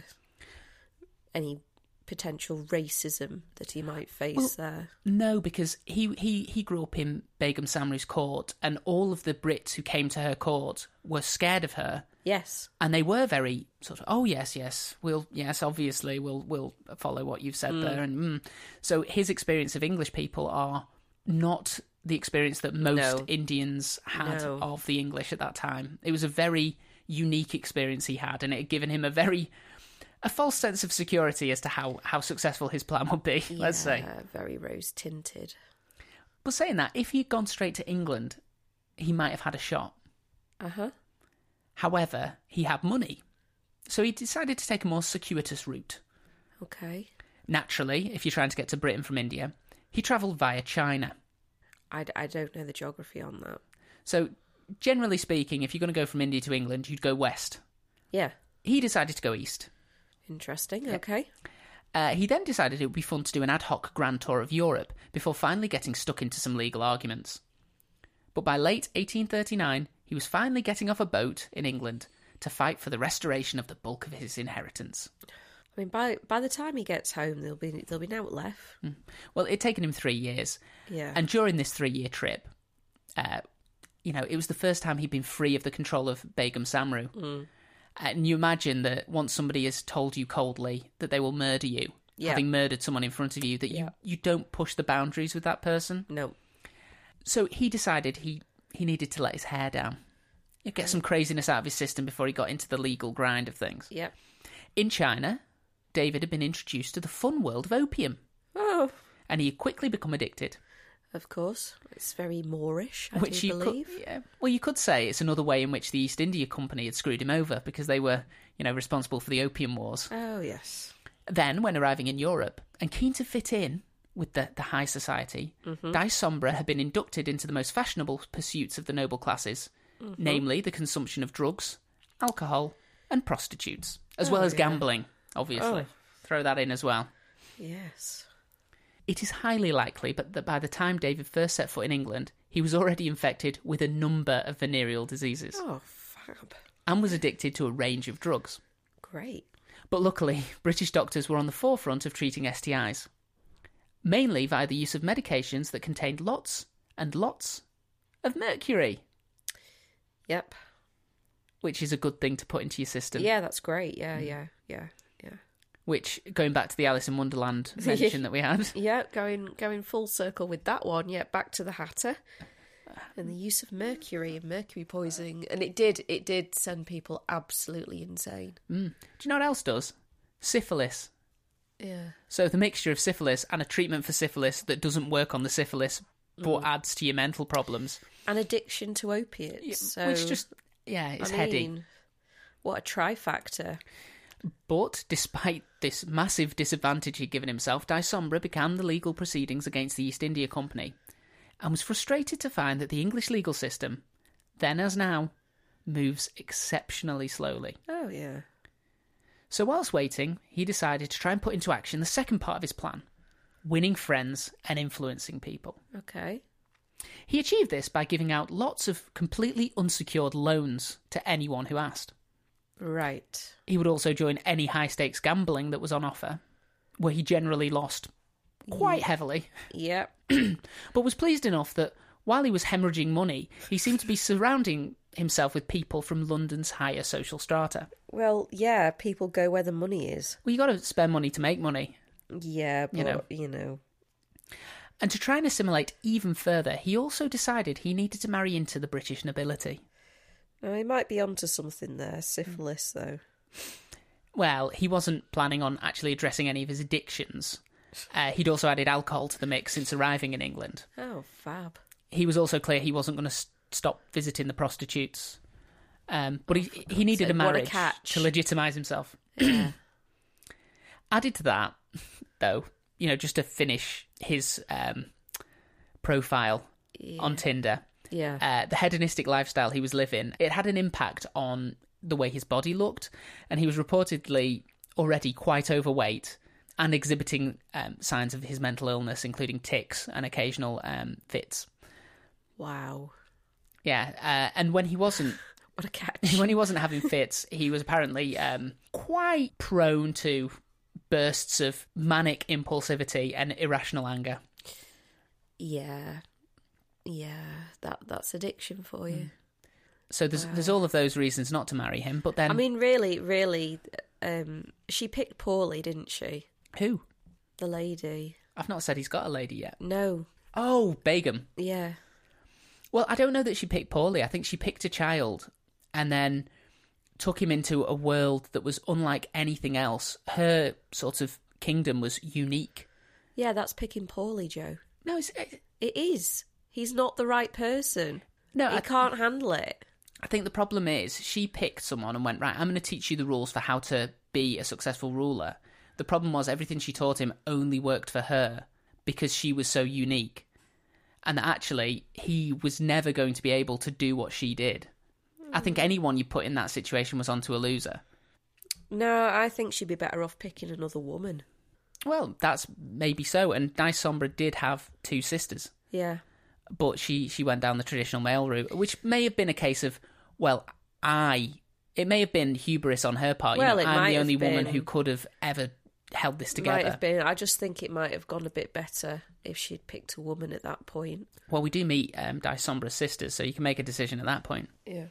Speaker 1: any potential racism that he might face
Speaker 2: Well-
Speaker 1: there.
Speaker 2: No, because he, he, he grew up in Begum Samru's court, and all of the Brits who came to her court were scared of her
Speaker 1: Yes.
Speaker 2: and they were very sort of oh yes yes we'll yes obviously we'll we'll follow what you've said there and mm. so his experience of english people are not the experience that most
Speaker 1: No.
Speaker 2: indians had
Speaker 1: No.
Speaker 2: of the english at that time it was a very unique experience he had and it had given him a very a false sense of security as to how how successful his plan would be let's say
Speaker 1: Yeah, very rose tinted.
Speaker 2: but saying that if he'd gone straight to england he might have had a shot
Speaker 1: Uh huh.
Speaker 2: however he had money so he decided to take a more circuitous route
Speaker 1: Okay.
Speaker 2: Naturally, if you're trying to get to Britain from India, he travelled via China.
Speaker 1: I, I don't know the geography on that.
Speaker 2: So, generally speaking, if you're going to go from India to England, you'd go west.
Speaker 1: Yeah.
Speaker 2: He decided to go east.
Speaker 1: Interesting. Okay.
Speaker 2: Uh, he then decided it would be fun to do an ad hoc grand tour of Europe before finally getting stuck into some legal arguments. But by late 1839, he was finally getting off a boat in England to fight for the restoration of the bulk of his inheritance.
Speaker 1: I mean, by by the time he gets home, there'll be there'll be no left.
Speaker 2: Well, it'd taken him three years,
Speaker 1: Yeah.
Speaker 2: Mm. And during this three year trip, uh, you know, it was the first time he'd been free of the control of Begum Samru.
Speaker 1: Mm.
Speaker 2: Uh, And you imagine that once somebody has told you coldly that they will murder you,
Speaker 1: Yeah.
Speaker 2: having murdered someone in front of you, that
Speaker 1: Yeah.
Speaker 2: you, you don't push the boundaries with that person.
Speaker 1: no.
Speaker 2: So he decided he, he needed to let his hair down. You get some craziness out of his system before he got into the legal grind of things.
Speaker 1: Yep.
Speaker 2: In China, David had been introduced to the fun world of opium,
Speaker 1: Oh,
Speaker 2: and he had quickly become addicted.
Speaker 1: of course. It's very Moorish, I
Speaker 2: which
Speaker 1: do
Speaker 2: you
Speaker 1: believe.
Speaker 2: could, yeah. Well, you could say it's another way in which the East India Company had screwed him over because they were, you know, responsible for the Opium Wars.
Speaker 1: Oh yes.
Speaker 2: Then, when arriving in Europe and keen to fit in with the, the high society,
Speaker 1: Mm-hmm.
Speaker 2: Dai Sombra had been inducted into the most fashionable pursuits of the noble classes,
Speaker 1: Mm-hmm.
Speaker 2: namely the consumption of drugs, alcohol, and prostitutes, as well as gambling. Obviously,
Speaker 1: Oh.
Speaker 2: throw that in as well.
Speaker 1: Yes.
Speaker 2: It is highly likely, but that by the time David first set foot in England, he was already infected with a number of venereal diseases
Speaker 1: Oh, fab.
Speaker 2: and was addicted to a range of drugs.
Speaker 1: Great.
Speaker 2: But luckily, British doctors were on the forefront of treating STIs, mainly via the use of medications that contained lots and lots of mercury,
Speaker 1: Yep.
Speaker 2: which is a good thing to put into your system.
Speaker 1: Yeah, that's great. Yeah,
Speaker 2: Mm.
Speaker 1: yeah, yeah, yeah.
Speaker 2: Which, going back to the Alice in Wonderland mention that we had,
Speaker 1: Yeah, going going full circle with that one. Yeah, back to the Hatter and the use of mercury and mercury poisoning, and it did it did send people absolutely insane.
Speaker 2: do you know what else does? Syphilis.
Speaker 1: Yeah.
Speaker 2: So the mixture of syphilis and a treatment for syphilis that doesn't work on the syphilis
Speaker 1: Mm.
Speaker 2: but adds to your mental problems,
Speaker 1: An addiction to opiates. So,
Speaker 2: which just yeah, it's
Speaker 1: I
Speaker 2: heady.
Speaker 1: mean, What a trifactor.
Speaker 2: But despite this massive disadvantage he'd given himself, Dysombra began the legal proceedings against the East India Company and was frustrated to find that the English legal system, then as now, moves exceptionally slowly.
Speaker 1: Oh yeah.
Speaker 2: So, whilst waiting, he decided to try and put into action the second part of his plan winning friends and influencing people.
Speaker 1: Okay.
Speaker 2: He achieved this by giving out lots of completely unsecured loans to anyone who asked.
Speaker 1: Right.
Speaker 2: He would also join any high stakes gambling that was on offer, where he generally lost quite heavily,
Speaker 1: Yep.
Speaker 2: but was pleased enough that while he was hemorrhaging money, he seemed to be surrounding himself with people from London's higher social strata.
Speaker 1: Well, yeah, people go where the money is.
Speaker 2: Well, you got to spend money to make money.
Speaker 1: Yeah, but you know,
Speaker 2: know. And to try and assimilate even further, he also decided he needed to marry into the British nobility.
Speaker 1: Now, he might be onto something there. Syphilis, though.
Speaker 2: Well, he wasn't planning on actually addressing any of his addictions. Uh, he'd also added alcohol to the mix since arriving in England.
Speaker 1: Oh, fab.
Speaker 2: he was also clear he wasn't going to s- stop visiting the prostitutes. Um, but he he needed a
Speaker 1: sake, what a
Speaker 2: marriage
Speaker 1: catch.
Speaker 2: to legitimise himself. Added to that, though, you know, just to finish his um, profile on Tinder,
Speaker 1: Yeah.
Speaker 2: uh, the hedonistic lifestyle he was living, it had an impact on the way his body looked, and he was reportedly already quite overweight and exhibiting um, signs of his mental illness, including tics and occasional um, fits.
Speaker 1: wow.
Speaker 2: Yeah, uh, and when he wasn't,
Speaker 1: What a catch.
Speaker 2: when he wasn't having fits, he was apparently um, quite prone to bursts of manic impulsivity and irrational anger.
Speaker 1: yeah. Yeah. That that's addiction for you.
Speaker 2: So there's there's all of those reasons not to marry him. But then
Speaker 1: I mean, really, really, um, she picked poorly, didn't she?
Speaker 2: who?
Speaker 1: The lady.
Speaker 2: I've not said he's got a lady yet.
Speaker 1: No.
Speaker 2: Oh, Begum.
Speaker 1: Yeah.
Speaker 2: Well, I don't know that she picked poorly. I think she picked a child and then took him into a world that was unlike anything else. Her sort of kingdom was unique.
Speaker 1: Yeah, that's picking poorly, Joe.
Speaker 2: No, it's, eh, it,
Speaker 1: It is. He's not the right person.
Speaker 2: no.
Speaker 1: He
Speaker 2: I,
Speaker 1: can't handle it.
Speaker 2: I think the problem is she picked someone and went right. I'm going to teach you the rules for how to be a successful ruler. The problem was everything she taught him only worked for her because she was so unique, and that actually he was never going to be able to do what she did. I think anyone you put in that situation was onto a loser.
Speaker 1: No, I think she'd be better off picking another woman.
Speaker 2: Well, that's maybe so. And Nice Sombra did have two sisters,
Speaker 1: Yeah.
Speaker 2: but she she went down the traditional male route, which may have been a case of, well, I. It may have been hubris on her part.
Speaker 1: Well,
Speaker 2: you
Speaker 1: it
Speaker 2: know, I'm
Speaker 1: might
Speaker 2: the
Speaker 1: have
Speaker 2: only woman
Speaker 1: been.
Speaker 2: who could have ever held this
Speaker 1: Might
Speaker 2: together.
Speaker 1: have been. I just think it might have gone a bit better if she'd picked a woman at that point.
Speaker 2: Well, we do meet um, Dice Sombra's sisters, so you can make a decision at that point.
Speaker 1: Yeah.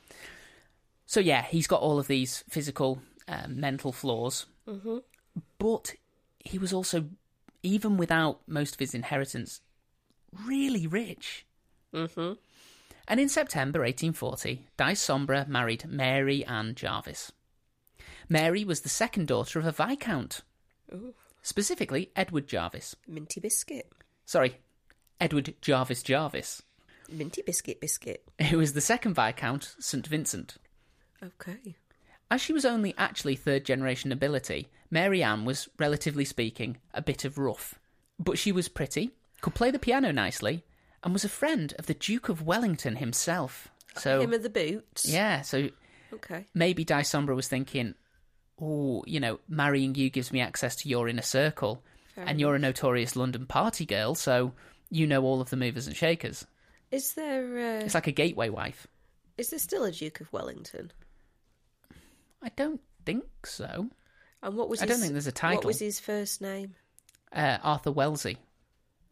Speaker 2: So yeah, he's got all of these physical, um, mental flaws,
Speaker 1: Mm-hmm.
Speaker 2: but he was also, even without most of his inheritance, really rich.
Speaker 1: Mhm.
Speaker 2: And in September 1840, Dice Sombra married Mary Ann Jarvis. Mary was the second daughter of a viscount,
Speaker 1: Ooh.
Speaker 2: specifically Edward Jarvis.
Speaker 1: Minty biscuit.
Speaker 2: Sorry, Edward Jarvis Jarvis,
Speaker 1: Minty biscuit biscuit.
Speaker 2: who was the second viscount St Vincent.
Speaker 1: Okay.
Speaker 2: As she was only actually third generation nobility, Mary Ann was, relatively speaking, a bit of rough. But she was pretty, could play the piano nicely, and was a friend of the Duke of Wellington himself.
Speaker 1: Oh, Him
Speaker 2: So,
Speaker 1: of the boots.
Speaker 2: yeah, so
Speaker 1: Okay.
Speaker 2: maybe Dysombra was thinking, oh, you know, marrying you gives me access to your inner circle, and you're a notorious London party girl, so you know all of the movers and shakers.
Speaker 1: Is there uh,
Speaker 2: It's like a gateway wife.
Speaker 1: is there still a Duke of Wellington?
Speaker 2: I don't think so.
Speaker 1: And what was
Speaker 2: I don't
Speaker 1: his-
Speaker 2: think there's a
Speaker 1: What
Speaker 2: title.
Speaker 1: was his first name?
Speaker 2: uh, Arthur Wellesley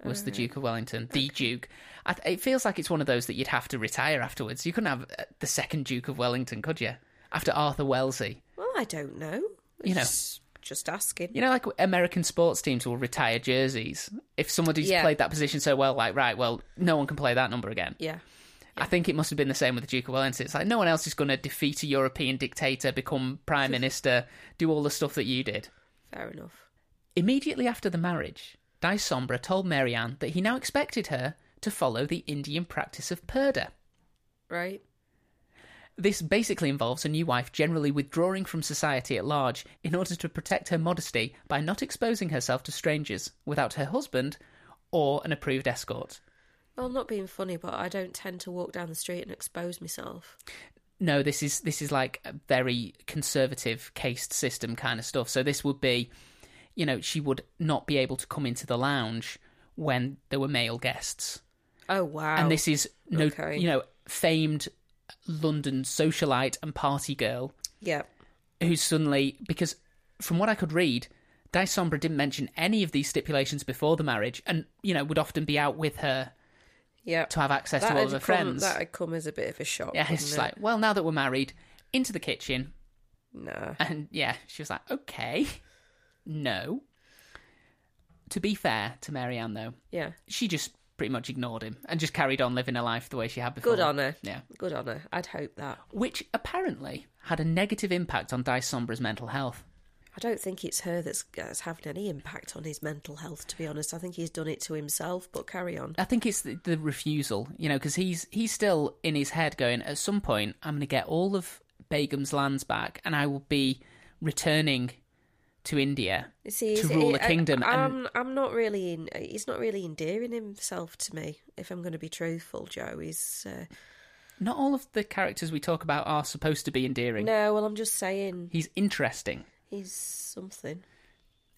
Speaker 2: was the Duke of Wellington, the Duke. I, it feels like it's one of those that you'd have to retire afterwards. You couldn't have uh, the second Duke of Wellington, could you? After Arthur Wellesley,
Speaker 1: Well, I don't know.
Speaker 2: You know.
Speaker 1: It's just asking.
Speaker 2: you know, like American sports teams will retire jerseys if somebody's
Speaker 1: Yeah.
Speaker 2: played that position so well. Like, right, well, no one can play that number again.
Speaker 1: Yeah.
Speaker 2: I think it must have been the same with the Duke of Wellington. It's like no one else is going to defeat a European dictator, become prime minister, do all the stuff that you did.
Speaker 1: Fair enough.
Speaker 2: Immediately after the marriage, Dice Sombra told Mary Ann that he now expected her to follow the Indian practice of purdah.
Speaker 1: Right.
Speaker 2: This basically involves a new wife generally withdrawing from society at large in order to protect her modesty by not exposing herself to strangers without her husband or an approved escort.
Speaker 1: Well, I'm not being funny, but I don't tend to walk down the street and expose myself.
Speaker 2: No, this is this is like a very conservative caste system kind of stuff. So this would be, you know, she would not be able to come into the lounge when there were male guests.
Speaker 1: Oh wow.
Speaker 2: and this is no,
Speaker 1: Okay.
Speaker 2: you know, famed London socialite and party girl
Speaker 1: Yeah.
Speaker 2: who suddenly, because from what I could read, Dice Sombra didn't mention any of these stipulations before the marriage, and you know would often be out with her
Speaker 1: Yeah.
Speaker 2: to have access to all of her
Speaker 1: had come-
Speaker 2: friends.
Speaker 1: That had come as a bit of a shock.
Speaker 2: yeah, it's
Speaker 1: wouldn't
Speaker 2: just
Speaker 1: it?
Speaker 2: like, well, now that we're married, into the kitchen,
Speaker 1: no.
Speaker 2: and yeah, she was like, okay, no. To be fair to Marianne, though,
Speaker 1: Yeah.
Speaker 2: she just pretty much ignored him and just carried on living her life the way she had before.
Speaker 1: Good on her.
Speaker 2: Yeah.
Speaker 1: Good on her. I'd hope that.
Speaker 2: which apparently had a negative impact on Dice Sombra's mental health.
Speaker 1: I don't think it's her that's, that's having any impact on his mental health. To be honest, I think he's done it to himself. But carry on.
Speaker 2: I think it's the, the refusal, you know, because he's he's still in his head going, at some point, I'm going to get all of Begum's lands back, and I will be returning to India
Speaker 1: You See,
Speaker 2: to
Speaker 1: he's-
Speaker 2: rule a
Speaker 1: I-
Speaker 2: kingdom. and
Speaker 1: I'm, I'm not really in. He's not really endearing himself to me. If I'm going to be truthful, Joe, he's. Uh,
Speaker 2: not all of the characters we talk about are supposed to be endearing.
Speaker 1: no, well, I'm just saying
Speaker 2: He's interesting.
Speaker 1: he's something.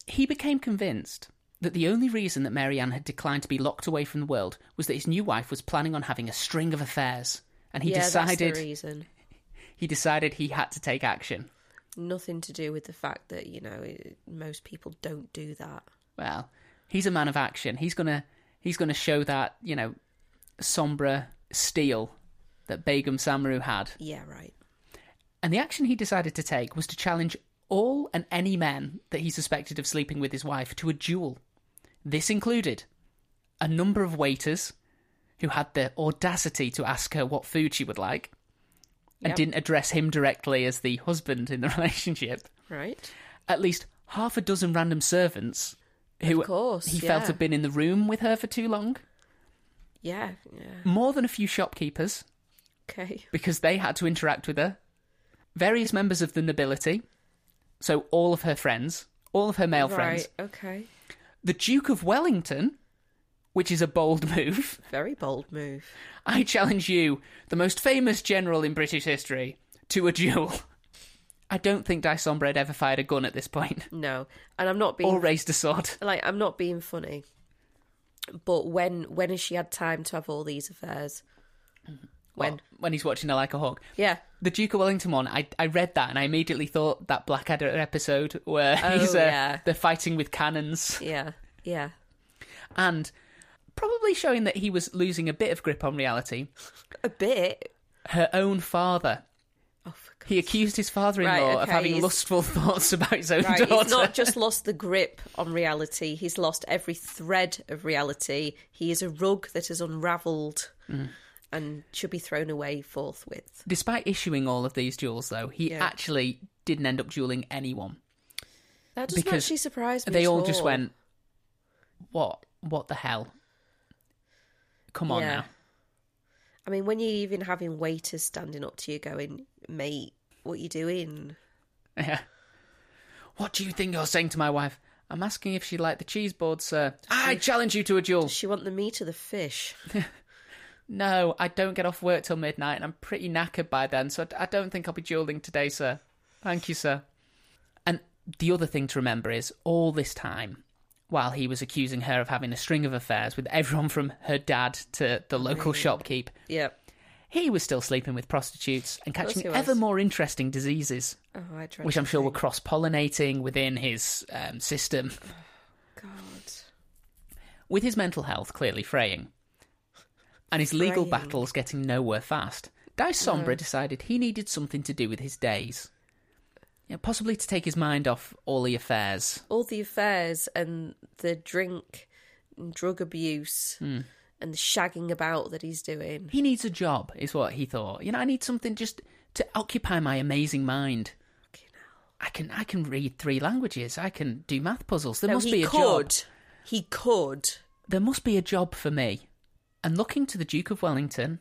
Speaker 2: He became convinced that the only reason that Mary Ann had declined to be locked away from the world was that his new wife was planning on having a string of affairs, and he
Speaker 1: yeah, that's the
Speaker 2: decided
Speaker 1: reason.
Speaker 2: he decided he had to take action.
Speaker 1: Nothing to do with the fact that you know it- most people don't do that.
Speaker 2: Well, he's a man of action. He's gonna he's gonna show that you know sombre steel that Begum Samaru had.
Speaker 1: Yeah, right.
Speaker 2: And the action he decided to take was to challenge all and any men that he suspected of sleeping with his wife to a duel. This included a number of waiters who had the audacity to ask her what food she would like and
Speaker 1: Yep.
Speaker 2: didn't address him directly as the husband in the relationship.
Speaker 1: Right.
Speaker 2: At least half a dozen random servants who
Speaker 1: Of course,
Speaker 2: he
Speaker 1: yeah.
Speaker 2: felt had been in the room with her for too long,
Speaker 1: Yeah. Yeah.
Speaker 2: more than a few shopkeepers
Speaker 1: Okay.
Speaker 2: because they had to interact with her. Various members of the nobility, so all of her friends, all of her male friends.
Speaker 1: Right. Okay.
Speaker 2: The Duke of Wellington, which is a bold move.
Speaker 1: Very bold move.
Speaker 2: I challenge you, the most famous general in British history, to a duel. I don't think Dysombre had ever fired a gun at this point
Speaker 1: No, and I'm not being
Speaker 2: or raised a sword.
Speaker 1: like I'm not being funny. But when when has she had time to have all these affairs?
Speaker 2: Mm-hmm.
Speaker 1: When?
Speaker 2: Well, when he's watching her like a hawk.
Speaker 1: Yeah.
Speaker 2: The Duke of Wellington one, I, I read that and I immediately thought that Blackadder episode where
Speaker 1: Oh,
Speaker 2: he's uh,
Speaker 1: yeah.
Speaker 2: they're fighting with cannons.
Speaker 1: Yeah. Yeah.
Speaker 2: and probably showing that he was losing a bit of grip on reality.
Speaker 1: A bit.
Speaker 2: Her own father.
Speaker 1: Oh, for God.
Speaker 2: He accused his father-in-law
Speaker 1: Right,
Speaker 2: of
Speaker 1: okay,
Speaker 2: having
Speaker 1: he's-
Speaker 2: lustful thoughts about his own
Speaker 1: Right,
Speaker 2: daughter.
Speaker 1: he's not just lost the grip on reality, he's lost every thread of reality. He is a rug that has unravelled
Speaker 2: Mm.
Speaker 1: and should be thrown away forthwith.
Speaker 2: Despite issuing all of these duels, though, he
Speaker 1: Yeah.
Speaker 2: actually didn't end up dueling anyone.
Speaker 1: That doesn't
Speaker 2: Because
Speaker 1: actually surprise me.
Speaker 2: they
Speaker 1: at
Speaker 2: all just went, "What? What the hell? Come on
Speaker 1: Yeah.
Speaker 2: now!"
Speaker 1: I mean, when you're even having waiters standing up to you going, mate, what you doing?
Speaker 2: Yeah. What do you think you're saying to my wife? I'm asking if she liked the cheese board, sir. I challenge you to a duel.
Speaker 1: Does she want the meat or the fish?
Speaker 2: No, I don't get off work till midnight, and I'm pretty knackered by then, so I I don't think I'll be dueling today, sir. Thank you, sir. And the other thing to remember is all this time, while he was accusing her of having a string of affairs with everyone from her dad to the local shopkeep,
Speaker 1: Yeah.
Speaker 2: he was still sleeping with prostitutes and catching
Speaker 1: he was.
Speaker 2: ever more interesting diseases,
Speaker 1: Oh, I dread
Speaker 2: which I'm
Speaker 1: to
Speaker 2: sure were
Speaker 1: think.
Speaker 2: cross pollinating within his um, system.
Speaker 1: God.
Speaker 2: with his mental health clearly fraying and his legal
Speaker 1: Fraying. Uh-huh.
Speaker 2: battles getting nowhere fast, Dice Sombra decided he needed something to do with his days. You know, possibly to take his mind off all the affairs.
Speaker 1: All the affairs and the drink and drug abuse
Speaker 2: Hmm.
Speaker 1: and the shagging about that he's doing.
Speaker 2: He needs a job, is what he thought. You know, I need something just to occupy my amazing mind. I can I can read three languages. I can do math puzzles. There
Speaker 1: No,
Speaker 2: must
Speaker 1: he
Speaker 2: be a
Speaker 1: could.
Speaker 2: job.
Speaker 1: He could.
Speaker 2: there must be a job for me. And looking to the Duke of Wellington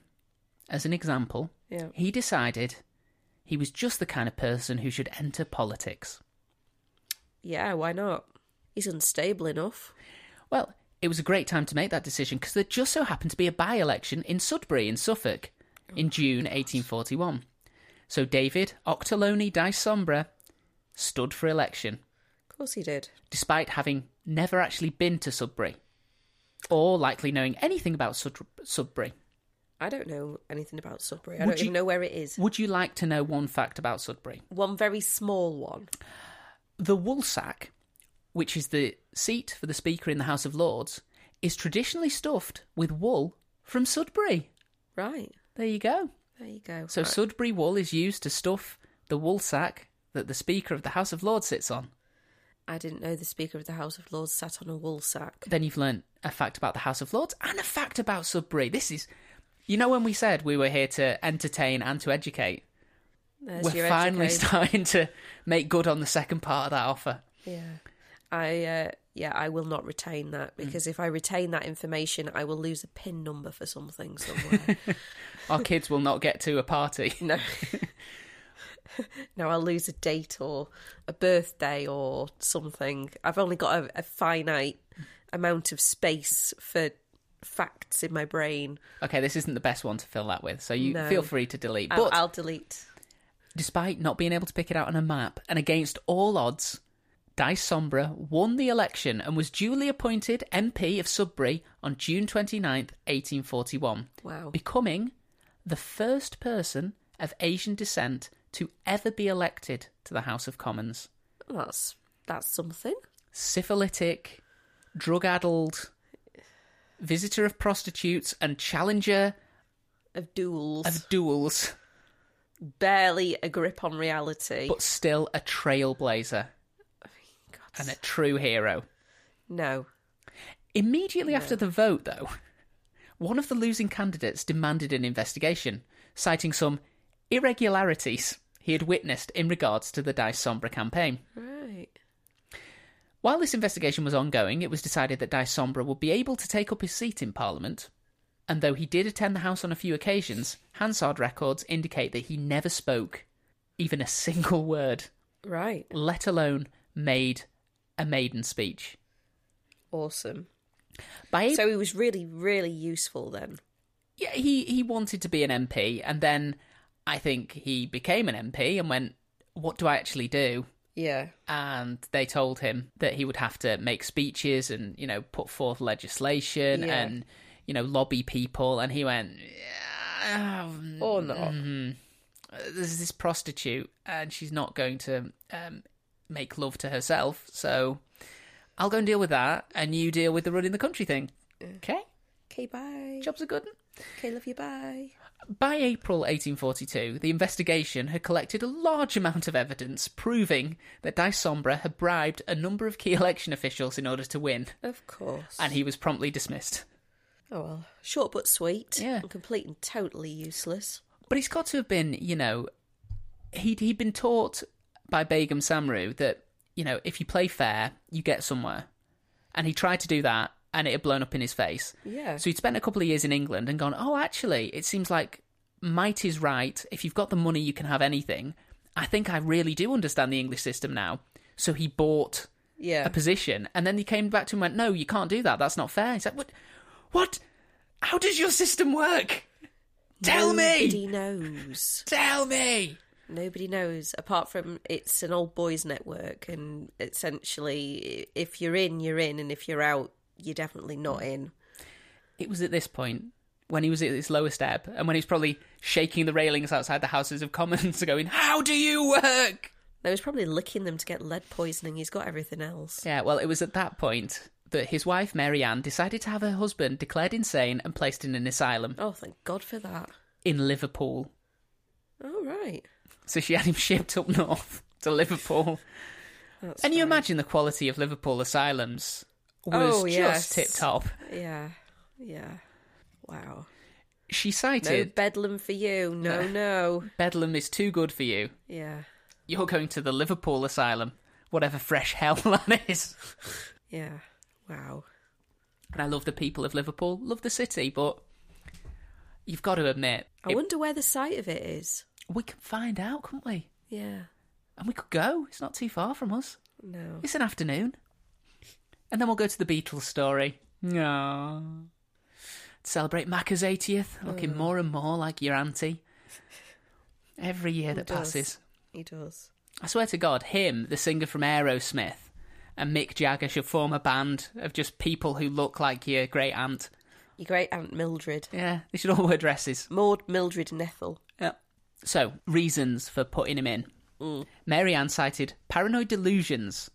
Speaker 2: as an example,
Speaker 1: Yeah.
Speaker 2: he decided he was just the kind of person who should enter politics.
Speaker 1: Yeah, why not? He's unstable enough.
Speaker 2: Well, it was a great time to make that decision because there just so happened to be a by election in Sudbury in Suffolk in June 1841. So David Octoloni Dice Sombra stood for election,
Speaker 1: Of course he did.
Speaker 2: despite having never actually been to Sudbury or likely knowing anything about Sud- Sudbury.
Speaker 1: I don't know anything about Sudbury. I
Speaker 2: Would
Speaker 1: don't
Speaker 2: you-
Speaker 1: even know where it is.
Speaker 2: Would you like to know one fact about Sudbury?
Speaker 1: One very small one.
Speaker 2: The woolsack, which is the seat for the Speaker in the House of Lords, is traditionally stuffed with wool from Sudbury.
Speaker 1: Right.
Speaker 2: There you go.
Speaker 1: There you go.
Speaker 2: So
Speaker 1: Right.
Speaker 2: Sudbury wool is used to stuff the woolsack that the Speaker of the House of Lords sits on.
Speaker 1: I didn't know the Speaker of the House of Lords sat on a wool sack.
Speaker 2: Then you've learnt a fact about the House of Lords and a fact about Sudbury. This is, you know, when we said we were here to entertain and to educate,
Speaker 1: There's
Speaker 2: we're
Speaker 1: your
Speaker 2: finally
Speaker 1: education.
Speaker 2: starting to make good on the second part of that offer.
Speaker 1: Yeah. I uh, yeah, I will not retain
Speaker 2: Mm.
Speaker 1: that because if I retain that information, I will lose a pin number for something somewhere.
Speaker 2: Our kids will not get to a party.
Speaker 1: no. now I'll lose a date or a birthday or something. I've only got a, a finite amount of space for facts in my brain.
Speaker 2: Okay, this isn't the best one to fill that with, so you
Speaker 1: No.
Speaker 2: feel free to delete.
Speaker 1: I'll,
Speaker 2: But
Speaker 1: I'll delete.
Speaker 2: despite not being able to pick it out on a map, and against all odds, Dice Sombra won the election and was duly appointed MP of Sudbury on June 29th, 1841,
Speaker 1: Wow.
Speaker 2: becoming the first person of Asian descent to ever be elected to the House of Commons.
Speaker 1: That's that's something.
Speaker 2: syphilitic, drug addled, visitor of prostitutes, and challenger
Speaker 1: Of duels.
Speaker 2: of duels,
Speaker 1: Barely a grip on reality.
Speaker 2: but still a trailblazer
Speaker 1: God,
Speaker 2: and a true hero.
Speaker 1: no.
Speaker 2: Immediately after the vote, though, one of the losing candidates demanded an investigation, citing some irregularities he had witnessed in regards to the Dice Sombra campaign.
Speaker 1: Right.
Speaker 2: While this investigation was ongoing, it was decided that Dice Sombra would be able to take up his seat in Parliament. And though he did attend the House on a few occasions, Hansard records indicate that he never spoke even a single word,
Speaker 1: Right.
Speaker 2: let alone made a maiden speech.
Speaker 1: Awesome.
Speaker 2: By
Speaker 1: So he was really, really useful then.
Speaker 2: yeah, he, he wanted to be an MP, and then I think he became an MP and went, What do I actually do?
Speaker 1: Yeah.
Speaker 2: and they told him that he would have to make speeches and you know put forth legislation
Speaker 1: Yeah.
Speaker 2: and you know lobby people and he went yeah, um,
Speaker 1: Or not.
Speaker 2: uh, there's this prostitute and she's not going to um, make love to herself so i'll go and deal with that and you deal with the running the country thing okay
Speaker 1: Okay, bye.
Speaker 2: jobs are good
Speaker 1: Okay, love you, bye.
Speaker 2: By April 1842, the investigation had collected a large amount of evidence proving that Dice Sombra had bribed a number of key election officials in order to win,
Speaker 1: Of course.
Speaker 2: and he was promptly dismissed.
Speaker 1: Oh well. Short but sweet.
Speaker 2: Yeah.
Speaker 1: And complete and totally useless.
Speaker 2: But he's got to have been, you know, he'd, he'd been taught by Begum Samru that, you know, if you play fair, you get somewhere. And he tried to do that, and it had blown up in his face.
Speaker 1: Yeah.
Speaker 2: So he'd spent a couple of years in England and gone, oh, actually, it seems like might is right. If you've got the money, you can have anything. I think I really do understand the English system now. So he bought
Speaker 1: yeah.
Speaker 2: a position, and then he came back to him and went, no, you can't do that. That's not fair. He's like, what? What? How does your system work? Tell me!
Speaker 1: Nobody knows.
Speaker 2: Tell me!
Speaker 1: Nobody knows. Apart from it's an old boys network, and essentially, if you're in, you're in, and if you're out, you're definitely not
Speaker 2: Mm.
Speaker 1: in.
Speaker 2: It was at this point when he was at his lowest ebb, and when he was probably shaking the railings outside the Houses of Commons, going, how do you work?
Speaker 1: They was probably licking them to get lead poisoning. He's got everything else.
Speaker 2: Yeah, well, it was at that point that his wife, Mary Ann, decided to have her husband declared insane and placed in an asylum
Speaker 1: Oh, thank God for that.
Speaker 2: in Liverpool.
Speaker 1: All right.
Speaker 2: So she had him shipped up north to Liverpool. and you imagine the quality of Liverpool asylums was
Speaker 1: Oh,
Speaker 2: just
Speaker 1: yes.
Speaker 2: tip top.
Speaker 1: Yeah. Yeah. Wow.
Speaker 2: She
Speaker 1: No
Speaker 2: cited
Speaker 1: bedlam for you. No, no.
Speaker 2: Bedlam is too good for you.
Speaker 1: Yeah.
Speaker 2: You're going to the Liverpool asylum, whatever fresh hell that is.
Speaker 1: Yeah. Wow.
Speaker 2: And I love the people of Liverpool, love the city, but you've got to admit,
Speaker 1: I
Speaker 2: it-
Speaker 1: wonder where the site of it is.
Speaker 2: we can find out, couldn't we?
Speaker 1: Yeah.
Speaker 2: And we could go. It's not too far from us.
Speaker 1: No.
Speaker 2: It's an afternoon. And then we'll go to the Beatles story. Aww. Celebrate Macca's 80th, looking more and more like your auntie. Every year that
Speaker 1: does?
Speaker 2: passes.
Speaker 1: He does.
Speaker 2: I swear to God, him, the singer from Aerosmith, and Mick Jagger should form a band of just people who look like your great aunt.
Speaker 1: Your great aunt Mildred.
Speaker 2: Yeah, they should all wear dresses.
Speaker 1: Maud, Mildred, and Ethel.
Speaker 2: So, reasons for putting him in. Mary Ann cited paranoid delusions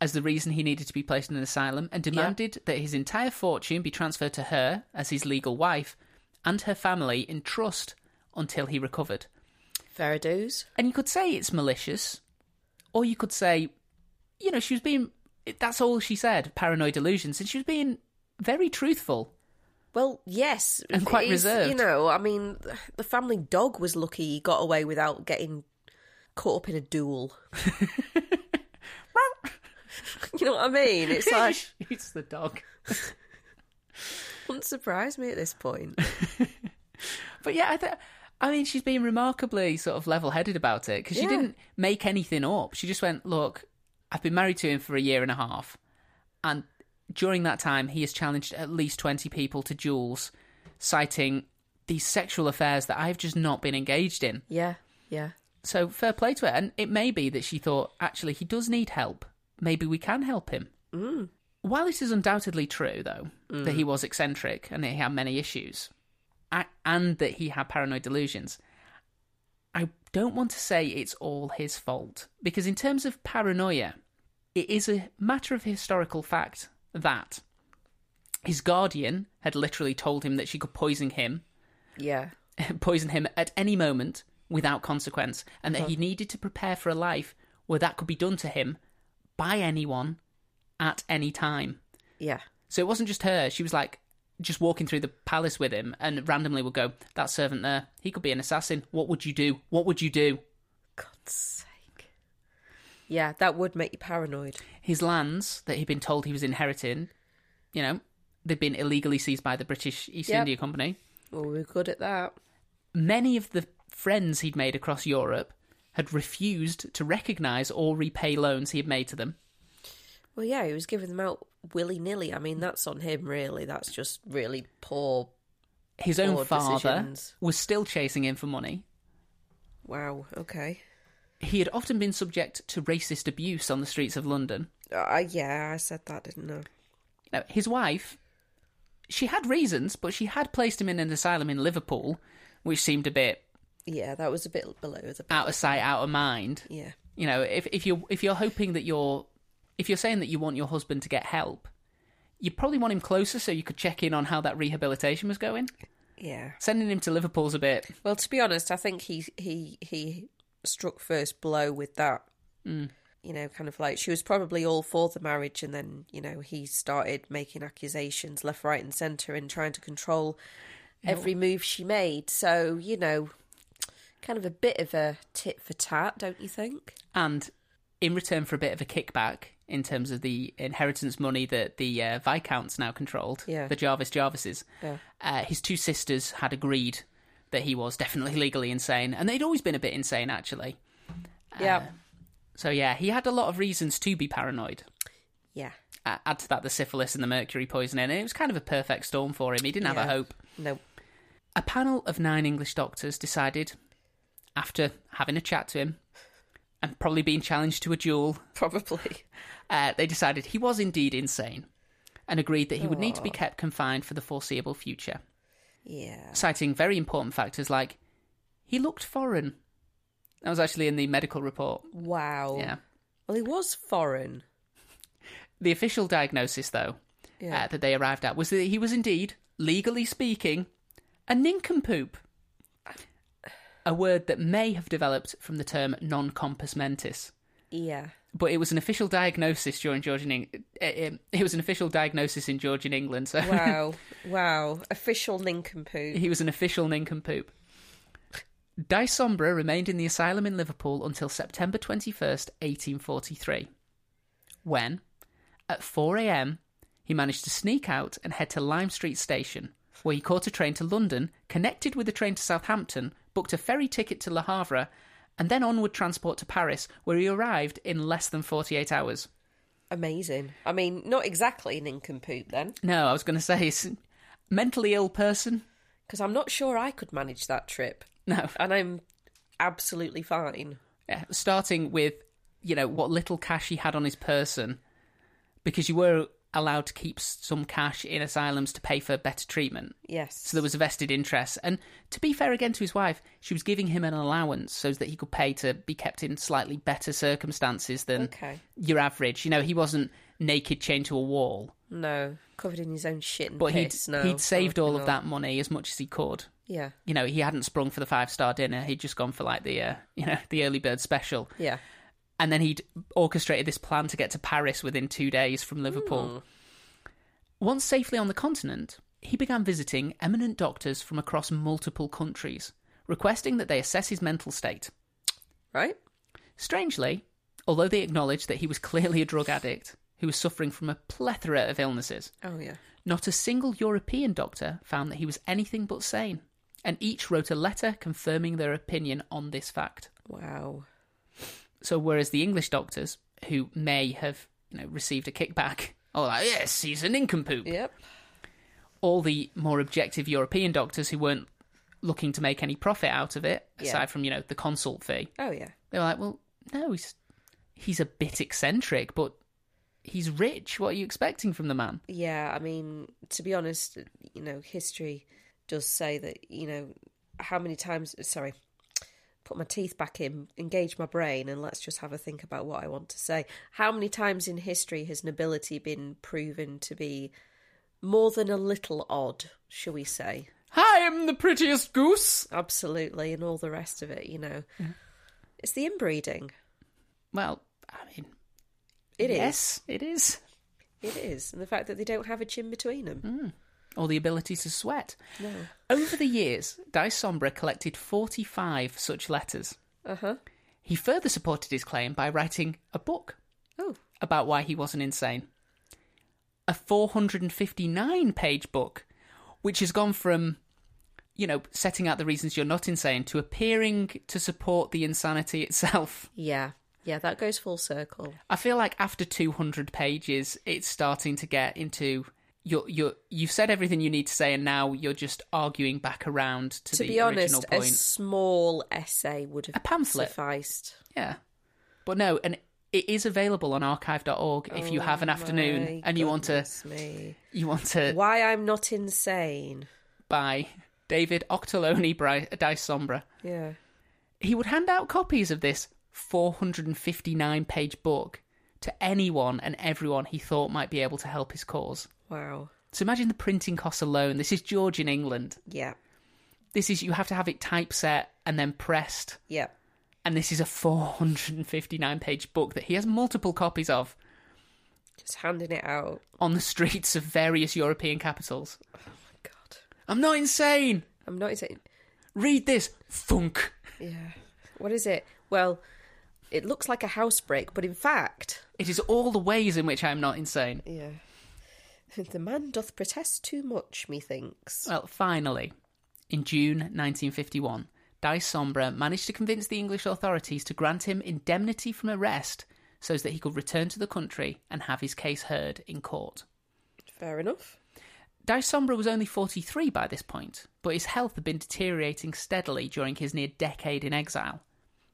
Speaker 2: as the reason he needed to be placed in an asylum and demanded that his entire fortune be transferred to her as his legal wife and her family in trust until he recovered.
Speaker 1: Faradoos.
Speaker 2: And you could say it's malicious, or you could say, you know, she was being. That's all she said, paranoid delusions. And she was being very truthful.
Speaker 1: Well, yes,
Speaker 2: And quite
Speaker 1: he's-
Speaker 2: reserved.
Speaker 1: You know, I mean, the family dog was lucky he got away without getting caught up in a duel. you know what I mean? It's like
Speaker 2: it's the dog.
Speaker 1: wouldn't surprise me at this point.
Speaker 2: But yeah, I, th- I mean, she's been remarkably sort of level headed about it because she
Speaker 1: Yeah.
Speaker 2: didn't make anything up. She just went, Look, I've been married to him for a year and a half. And during that time, he has challenged at least 20 people to duels, citing these sexual affairs that I've just not been engaged in.
Speaker 1: Yeah, yeah.
Speaker 2: So fair play to her. And it may be that she thought, actually, he does need help. Maybe we can help him. While this is undoubtedly true, though, that he was eccentric and that he had many issues, a- and that he had paranoid delusions, I don't want to say it's all his fault. Because in terms of paranoia, it is a matter of historical fact that his guardian had literally told him that she could poison him
Speaker 1: Yeah.
Speaker 2: poison him at any moment without consequence, and that he needed to prepare for a life where that could be done to him by anyone at any time.
Speaker 1: Yeah.
Speaker 2: So it wasn't just her, she was like just walking through the palace with him and randomly would go, That servant there, he could be an assassin. What would you do? What would you do?
Speaker 1: God's sake. Yeah, that would make you paranoid.
Speaker 2: His lands that he'd been told he was inheriting, you know, they'd been illegally seized by the British East
Speaker 1: Yep.
Speaker 2: India Company.
Speaker 1: Well, we're good at that.
Speaker 2: many of the friends he'd made across Europe had refused to recognise or repay loans he had made to them.
Speaker 1: Well, yeah, he was giving them out willy nilly. I mean, that's on him, really. That's just really poor.
Speaker 2: His own
Speaker 1: Poor
Speaker 2: father
Speaker 1: decisions.
Speaker 2: was still chasing him for money.
Speaker 1: Wow. Okay.
Speaker 2: He had often been subject to racist abuse on the streets of London.
Speaker 1: Uh, yeah, I said that, didn't I?
Speaker 2: You know, his wife, she had reasons, but she had placed him in an asylum in Liverpool, which seemed a bit
Speaker 1: Yeah, that was a bit below the.
Speaker 2: out of sight, out of mind.
Speaker 1: Yeah.
Speaker 2: you know if, if you're if you're hoping that you're if you're saying that you want your husband to get help you probably want him closer so you could check in on how that rehabilitation was going
Speaker 1: Yeah.
Speaker 2: sending him to liverpool's a bit
Speaker 1: Well, to be honest, I think he he he struck first blow with that.
Speaker 2: Mm.
Speaker 1: You know, kind of like she was probably all for the marriage, and then you know he started making accusations left, right, and centre, and trying to control every move she made. So you know, kind of a bit of a tit for tat, don't you think?
Speaker 2: and in return for a bit of a kickback in terms of the inheritance money that the uh, viscounts now controlled
Speaker 1: Yeah.
Speaker 2: the jarvis jarvises
Speaker 1: Yeah.
Speaker 2: uh, his two sisters had agreed that he was definitely legally insane and they'd always been a bit insane actually Uh.
Speaker 1: yeah,
Speaker 2: so yeah he had a lot of reasons to be paranoid
Speaker 1: yeah.
Speaker 2: uh, add to that the syphilis and the mercury poisoning, and it was kind of a perfect storm for him. He didn't have
Speaker 1: Yeah.
Speaker 2: a hope.
Speaker 1: No,
Speaker 2: A panel of nine English doctors decided, after having a chat to him and probably being challenged to a duel,
Speaker 1: probably.
Speaker 2: uh, they decided he was indeed insane and agreed that he would need to be kept confined for the foreseeable future,
Speaker 1: Yeah.
Speaker 2: citing very important factors like he looked foreign. That was actually in the medical report.
Speaker 1: Wow.
Speaker 2: Yeah.
Speaker 1: Well, he was foreign.
Speaker 2: The official diagnosis, though,
Speaker 1: Yeah.
Speaker 2: uh, that they arrived at was that he was indeed, legally speaking, a nincompoop. A word that may have developed from the term non compos mentis.
Speaker 1: yeah.
Speaker 2: But it was an official diagnosis during Georgian Eng- uh, um, it was an official diagnosis in Georgian England. So
Speaker 1: Wow. wow. Official nincompoop.
Speaker 2: he was an official nincompoop. Dysombra remained in the asylum in Liverpool until September 21st, 1843, when, at 4 am, he managed to sneak out and head to Lime Street Station, where he caught a train to London, connected with a train to Southampton, booked a ferry ticket to Le Havre, and then onward transport to Paris, where he arrived in less than 48 hours.
Speaker 1: Amazing. I mean, not exactly an nincompoop then,
Speaker 2: No, I was going to say, it's a mentally ill person?
Speaker 1: because I'm not sure I could manage that trip,
Speaker 2: No.
Speaker 1: and I'm absolutely fine.
Speaker 2: Yeah, eh, starting with you know what little cash he had on his person, because you were allowed to keep s- some cash in asylums to pay for better treatment.
Speaker 1: Yes.
Speaker 2: So there was a vested interest, and to be fair again to his wife, she was giving him an allowance so that he could pay to be kept in slightly better circumstances than
Speaker 1: okay.
Speaker 2: your average. You know, he wasn't naked chained to a wall,
Speaker 1: No, covered in his own shit and
Speaker 2: but
Speaker 1: piss.
Speaker 2: he'd
Speaker 1: no,
Speaker 2: he'd saved all
Speaker 1: fucking
Speaker 2: of
Speaker 1: hell.
Speaker 2: that money as much as he could
Speaker 1: Yeah.
Speaker 2: you know, he hadn't sprung for the five star dinner. He'd just gone for like the, uh, you know, the early bird special.
Speaker 1: Yeah.
Speaker 2: And then he'd orchestrated this plan to get to Paris within two days from Liverpool. Once safely on the continent, he began visiting eminent doctors from across multiple countries, requesting that they assess his mental state.
Speaker 1: Right.
Speaker 2: Strangely, although they acknowledged that he was clearly a drug addict who was suffering from a plethora of illnesses,
Speaker 1: Oh yeah.
Speaker 2: not a single European doctor found that he was anything but sane, and each wrote a letter confirming their opinion on this fact.
Speaker 1: Wow.
Speaker 2: So whereas the English doctors, who may have you know received a kickback, are like, yes, he's a nincompoop.
Speaker 1: Yep.
Speaker 2: All the more objective European doctors who weren't looking to make any profit out of it,
Speaker 1: Yeah.
Speaker 2: aside from you know the consult fee,
Speaker 1: Oh yeah.
Speaker 2: they were like, well, no, he's he's a bit eccentric, but he's rich. What are you expecting from the man?
Speaker 1: Yeah, I mean, to be honest, you know, history does say that, you know, how many times, sorry, put my teeth back in, engage my brain, and let's just have a think about what I want to say. How many times in history has nobility been proven to be more than a little odd, shall we say?
Speaker 2: I am the prettiest goose.
Speaker 1: Absolutely, and all the rest of it, you know. It's the inbreeding.
Speaker 2: Well, I mean,
Speaker 1: It is.
Speaker 2: yes, it is.
Speaker 1: It is. And the fact that they don't have a chin between them.
Speaker 2: Or the ability to sweat.
Speaker 1: No.
Speaker 2: Over the years, Dice Sombra collected 45 such letters.
Speaker 1: Uh huh.
Speaker 2: He further supported his claim by writing a book
Speaker 1: Oh,
Speaker 2: about why he wasn't insane. A 459 page book, which has gone from, you know, setting out the reasons you're not insane to appearing to support the insanity itself.
Speaker 1: yeah. Yeah, that goes full circle.
Speaker 2: I feel like after 200 pages, it's starting to get into. You're, you're, you've said everything you need to say, and now you're just arguing back around to,
Speaker 1: to
Speaker 2: the
Speaker 1: be
Speaker 2: original
Speaker 1: honest, a
Speaker 2: point.
Speaker 1: small essay would have
Speaker 2: A pamphlet.
Speaker 1: sufficed.
Speaker 2: Yeah. But no, and it is available on archive.org if you have an afternoon
Speaker 1: Oh My
Speaker 2: and you want to
Speaker 1: goodness me.
Speaker 2: you want to
Speaker 1: Why I'm not insane.
Speaker 2: buy David Octoloni Bri- Dice Sombra.
Speaker 1: Yeah.
Speaker 2: He would hand out copies of this 459 page book to anyone and everyone he thought might be able to help his cause.
Speaker 1: Wow.
Speaker 2: So imagine the printing costs alone. This is George in England.
Speaker 1: Yeah.
Speaker 2: This is you have to have it typeset and then pressed
Speaker 1: Yeah.
Speaker 2: and this is a 459 page book that he has multiple copies of.
Speaker 1: Just handing it out. Oh
Speaker 2: on the streets of various European capitals.
Speaker 1: God.
Speaker 2: I'm not insane.
Speaker 1: I'm not insane.
Speaker 2: Read this. Thunk.
Speaker 1: Yeah. What is it? Well, it looks like a housebreak, but in fact,
Speaker 2: It is all the ways in which I am not insane.
Speaker 1: yeah. The man doth protest too much, methinks.
Speaker 2: Well, finally, in June 1951, Dice Sombra managed to convince the English authorities to grant him indemnity from arrest so that he could return to the country and have his case heard in court.
Speaker 1: Fair enough.
Speaker 2: Dice Sombra was only 43 by this point, but his health had been deteriorating steadily during his near decade in exile.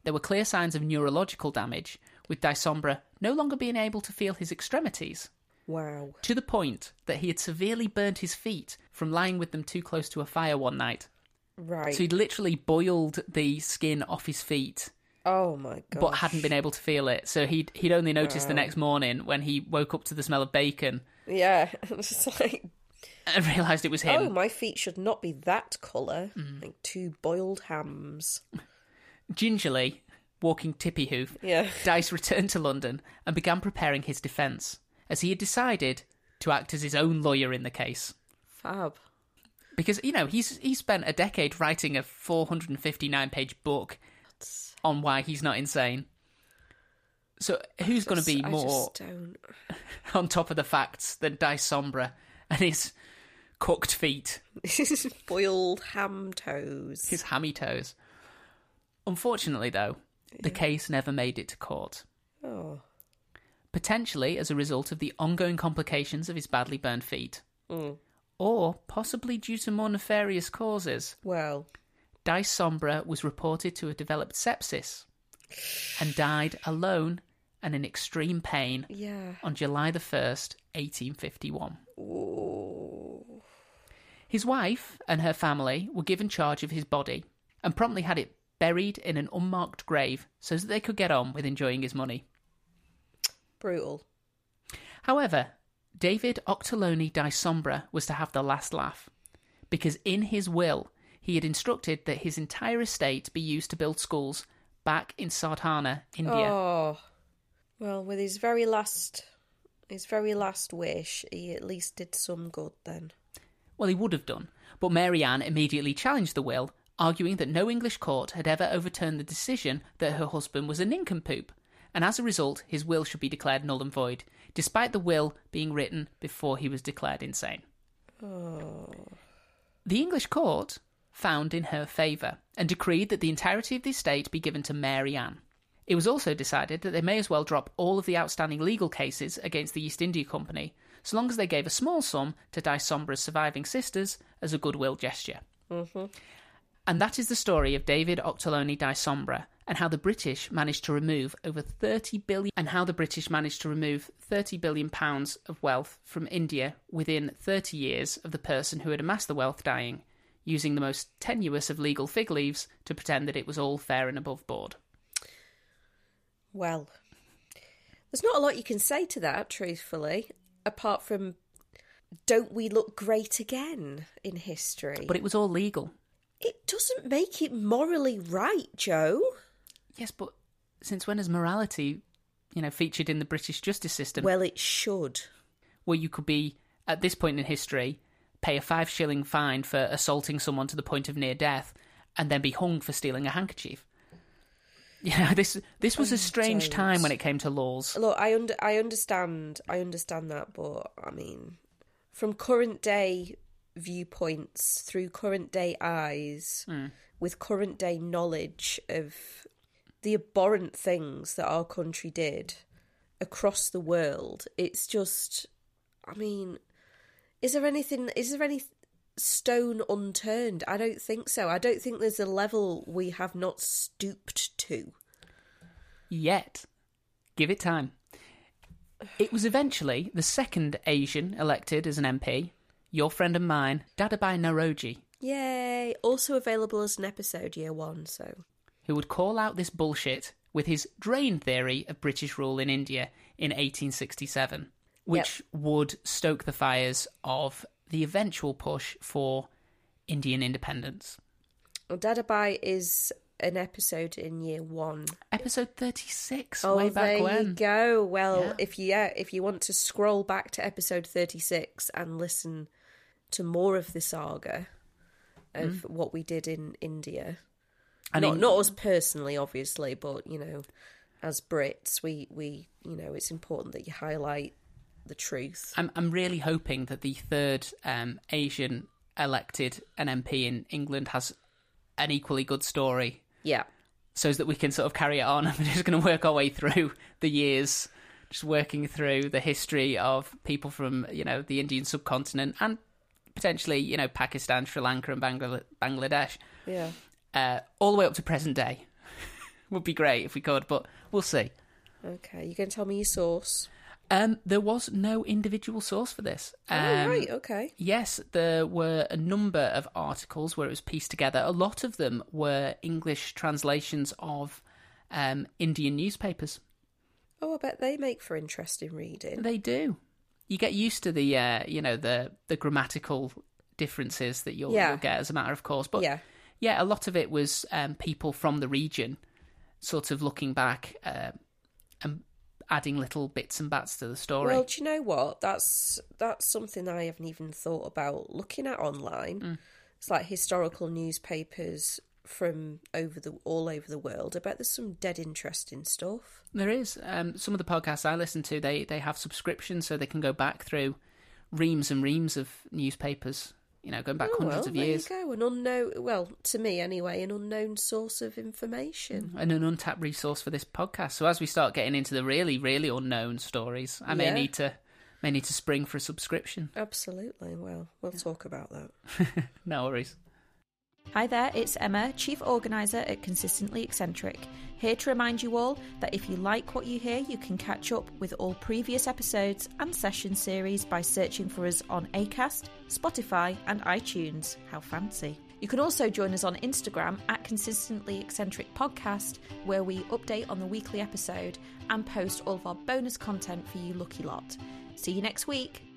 Speaker 2: There were clear signs of neurological damage, with Dice Sombra no longer being able to feel his extremities,
Speaker 1: Wow.
Speaker 2: to the point that he had severely burnt his feet from lying with them too close to a fire one night.
Speaker 1: Right.
Speaker 2: So he'd literally boiled the skin off his feet,
Speaker 1: oh my god.
Speaker 2: but hadn't been able to feel it. So he'd, he'd only noticed the next morning when he woke up to the smell of bacon
Speaker 1: Yeah. It's just like
Speaker 2: and realised it was him.
Speaker 1: Oh, my feet should not be that colour.
Speaker 2: Mm.
Speaker 1: Like two boiled hams.
Speaker 2: Gingerly, walking tippy hoof,
Speaker 1: Yeah.
Speaker 2: Dice returned to London and began preparing his defence, as he had decided to act as his own lawyer in the case.
Speaker 1: Fab.
Speaker 2: Because, you know, he's he spent a decade writing a 459 page book on why he's not insane. So who's going to be
Speaker 1: I
Speaker 2: more
Speaker 1: just don't.
Speaker 2: on top of the facts than Dice Sombra and his cooked feet,
Speaker 1: boiled ham toes.
Speaker 2: his hammy toes? Unfortunately, though, the case never made it to court.
Speaker 1: Oh.
Speaker 2: potentially as a result of the ongoing complications of his badly burned feet,
Speaker 1: Mm.
Speaker 2: or possibly due to more nefarious causes.
Speaker 1: Well,
Speaker 2: Dice Sombra was reported to have developed sepsis and died alone and in extreme pain
Speaker 1: yeah.
Speaker 2: on July the 1st, 1851.
Speaker 1: Ooh.
Speaker 2: His wife and her family were given charge of his body and promptly had it buried in an unmarked grave so that they could get on with enjoying his money.
Speaker 1: Brutal.
Speaker 2: However, David Octoloni di Sombra was to have the last laugh, because in his will, he had instructed that his entire estate be used to build schools back in Sardhana, India.
Speaker 1: Oh. Well, with his very last. His very last wish, he at least did some good then.
Speaker 2: Well, he would have done, but Mary Ann immediately challenged the will, arguing that no English court had ever overturned the decision that her husband was a nincompoop, and as a result, his will should be declared null and void, despite the will being written before he was declared insane.
Speaker 1: Oh.
Speaker 2: The English court found in her favour and decreed that the entirety of the estate be given to Mary Ann. It was also decided that they may as well drop all of the outstanding legal cases against the East India Company, so long as they gave a small sum to Dysombra's surviving sisters as a goodwill gesture. And that is the story of David Octoloni Dysombra and how the British managed to remove over 30 billion and how the British managed to remove 30 billion pounds of wealth from India within 30 years of the person who had amassed the wealth dying using the most tenuous of legal fig leaves to pretend that it was all fair and above board.
Speaker 1: Well, there's not a lot you can say to that, truthfully, apart from don't we look great again in history?
Speaker 2: But it was all legal.
Speaker 1: It doesn't make it morally right, Joe.
Speaker 2: Yes, but since when has morality, you know, featured in the British justice system
Speaker 1: Well, it should.
Speaker 2: where you could be at this point in history pay a 5 shilling fine for assaulting someone to the point of near death and then be hung for stealing a handkerchief? You know, this this was a strange
Speaker 1: don't.
Speaker 2: time when it came to laws.
Speaker 1: Look, I under I understand I understand that, but I mean, from current day viewpoints through current day eyes, with current day knowledge of the abhorrent things that our country did across the world, it's just, I mean, is there anything? Is there any stone unturned? I don't think so. I don't think there's a level we have not stooped to.
Speaker 2: Yet, give it time. It was eventually the second Asian elected as an MP, your friend and mine, Dadabai Naroji,
Speaker 1: Yay! Also available as an episode year one, so.
Speaker 2: who would call out this bullshit with his drain theory of British rule in India in 1867, which would stoke the fires of the eventual push for Indian independence.
Speaker 1: Well, Dadabai is an episode in year one.
Speaker 2: Episode 36,
Speaker 1: oh,
Speaker 2: way back
Speaker 1: there
Speaker 2: when.
Speaker 1: you go. Well,
Speaker 2: Yeah.
Speaker 1: if you yeah, if you want to scroll back to episode thirty six and listen to more of the saga of
Speaker 2: Mm.
Speaker 1: what we did in India,
Speaker 2: I
Speaker 1: not
Speaker 2: mean-
Speaker 1: not us personally, obviously, but you know, as Brits, we we you know, it's important that you highlight the truth.
Speaker 2: I'm I'm really hoping that the third um, Asian elected an MP in England has an equally good story,
Speaker 1: Yeah.
Speaker 2: so as that we can sort of carry it on. We're just going to work our way through the years, just working through the history of people from you know the Indian subcontinent and potentially you know Pakistan, Sri Lanka, and Bangla- Bangladesh,
Speaker 1: Yeah.
Speaker 2: uh, all the way up to present day. Would be great if we could, but we'll see.
Speaker 1: Okay. You gonna tell me your source?
Speaker 2: Um, there was no individual source for this.
Speaker 1: oh
Speaker 2: Um,
Speaker 1: right, okay.
Speaker 2: Yes, there were a number of articles where it was pieced together. A lot of them were English translations of um, Indian newspapers.
Speaker 1: Oh, I bet they make for interesting reading.
Speaker 2: They do. You get used to the, uh, you know, the the grammatical differences that you'll,
Speaker 1: Yeah.
Speaker 2: you'll get as a matter of course. But
Speaker 1: Yeah.
Speaker 2: yeah, a lot of it was um, people from the region, sort of looking back uh, and adding little bits and bats to the story.
Speaker 1: Well, do you know what? That's that's something I haven't even thought about looking at online.
Speaker 2: Mm.
Speaker 1: It's like historical newspapers from over the all over the world. I bet there's some dead interesting stuff.
Speaker 2: There is. Um, some of the podcasts I listen to, they, they have subscriptions so they can go back through reams and reams of newspapers, you know, going back
Speaker 1: oh, well,
Speaker 2: hundreds of years.
Speaker 1: there you go. An unknown, well, to me anyway, an unknown source of information.
Speaker 2: And an untapped resource for this podcast. So as we start getting into the really, really unknown stories, I may
Speaker 1: Yeah.
Speaker 2: need to may need to spring for a subscription.
Speaker 1: Absolutely. Well, we'll talk about that.
Speaker 2: No worries.
Speaker 3: Hi there, it's Emma, Chief Organiser at Consistently Eccentric, here to remind you all that if you like what you hear, you can catch up with all previous episodes and session series by searching for us on ACAST, Spotify, and iTunes. How fancy! You can also join us on Instagram at Consistently Eccentric Podcast, where we update on the weekly episode and post all of our bonus content for you lucky lot. See you next week.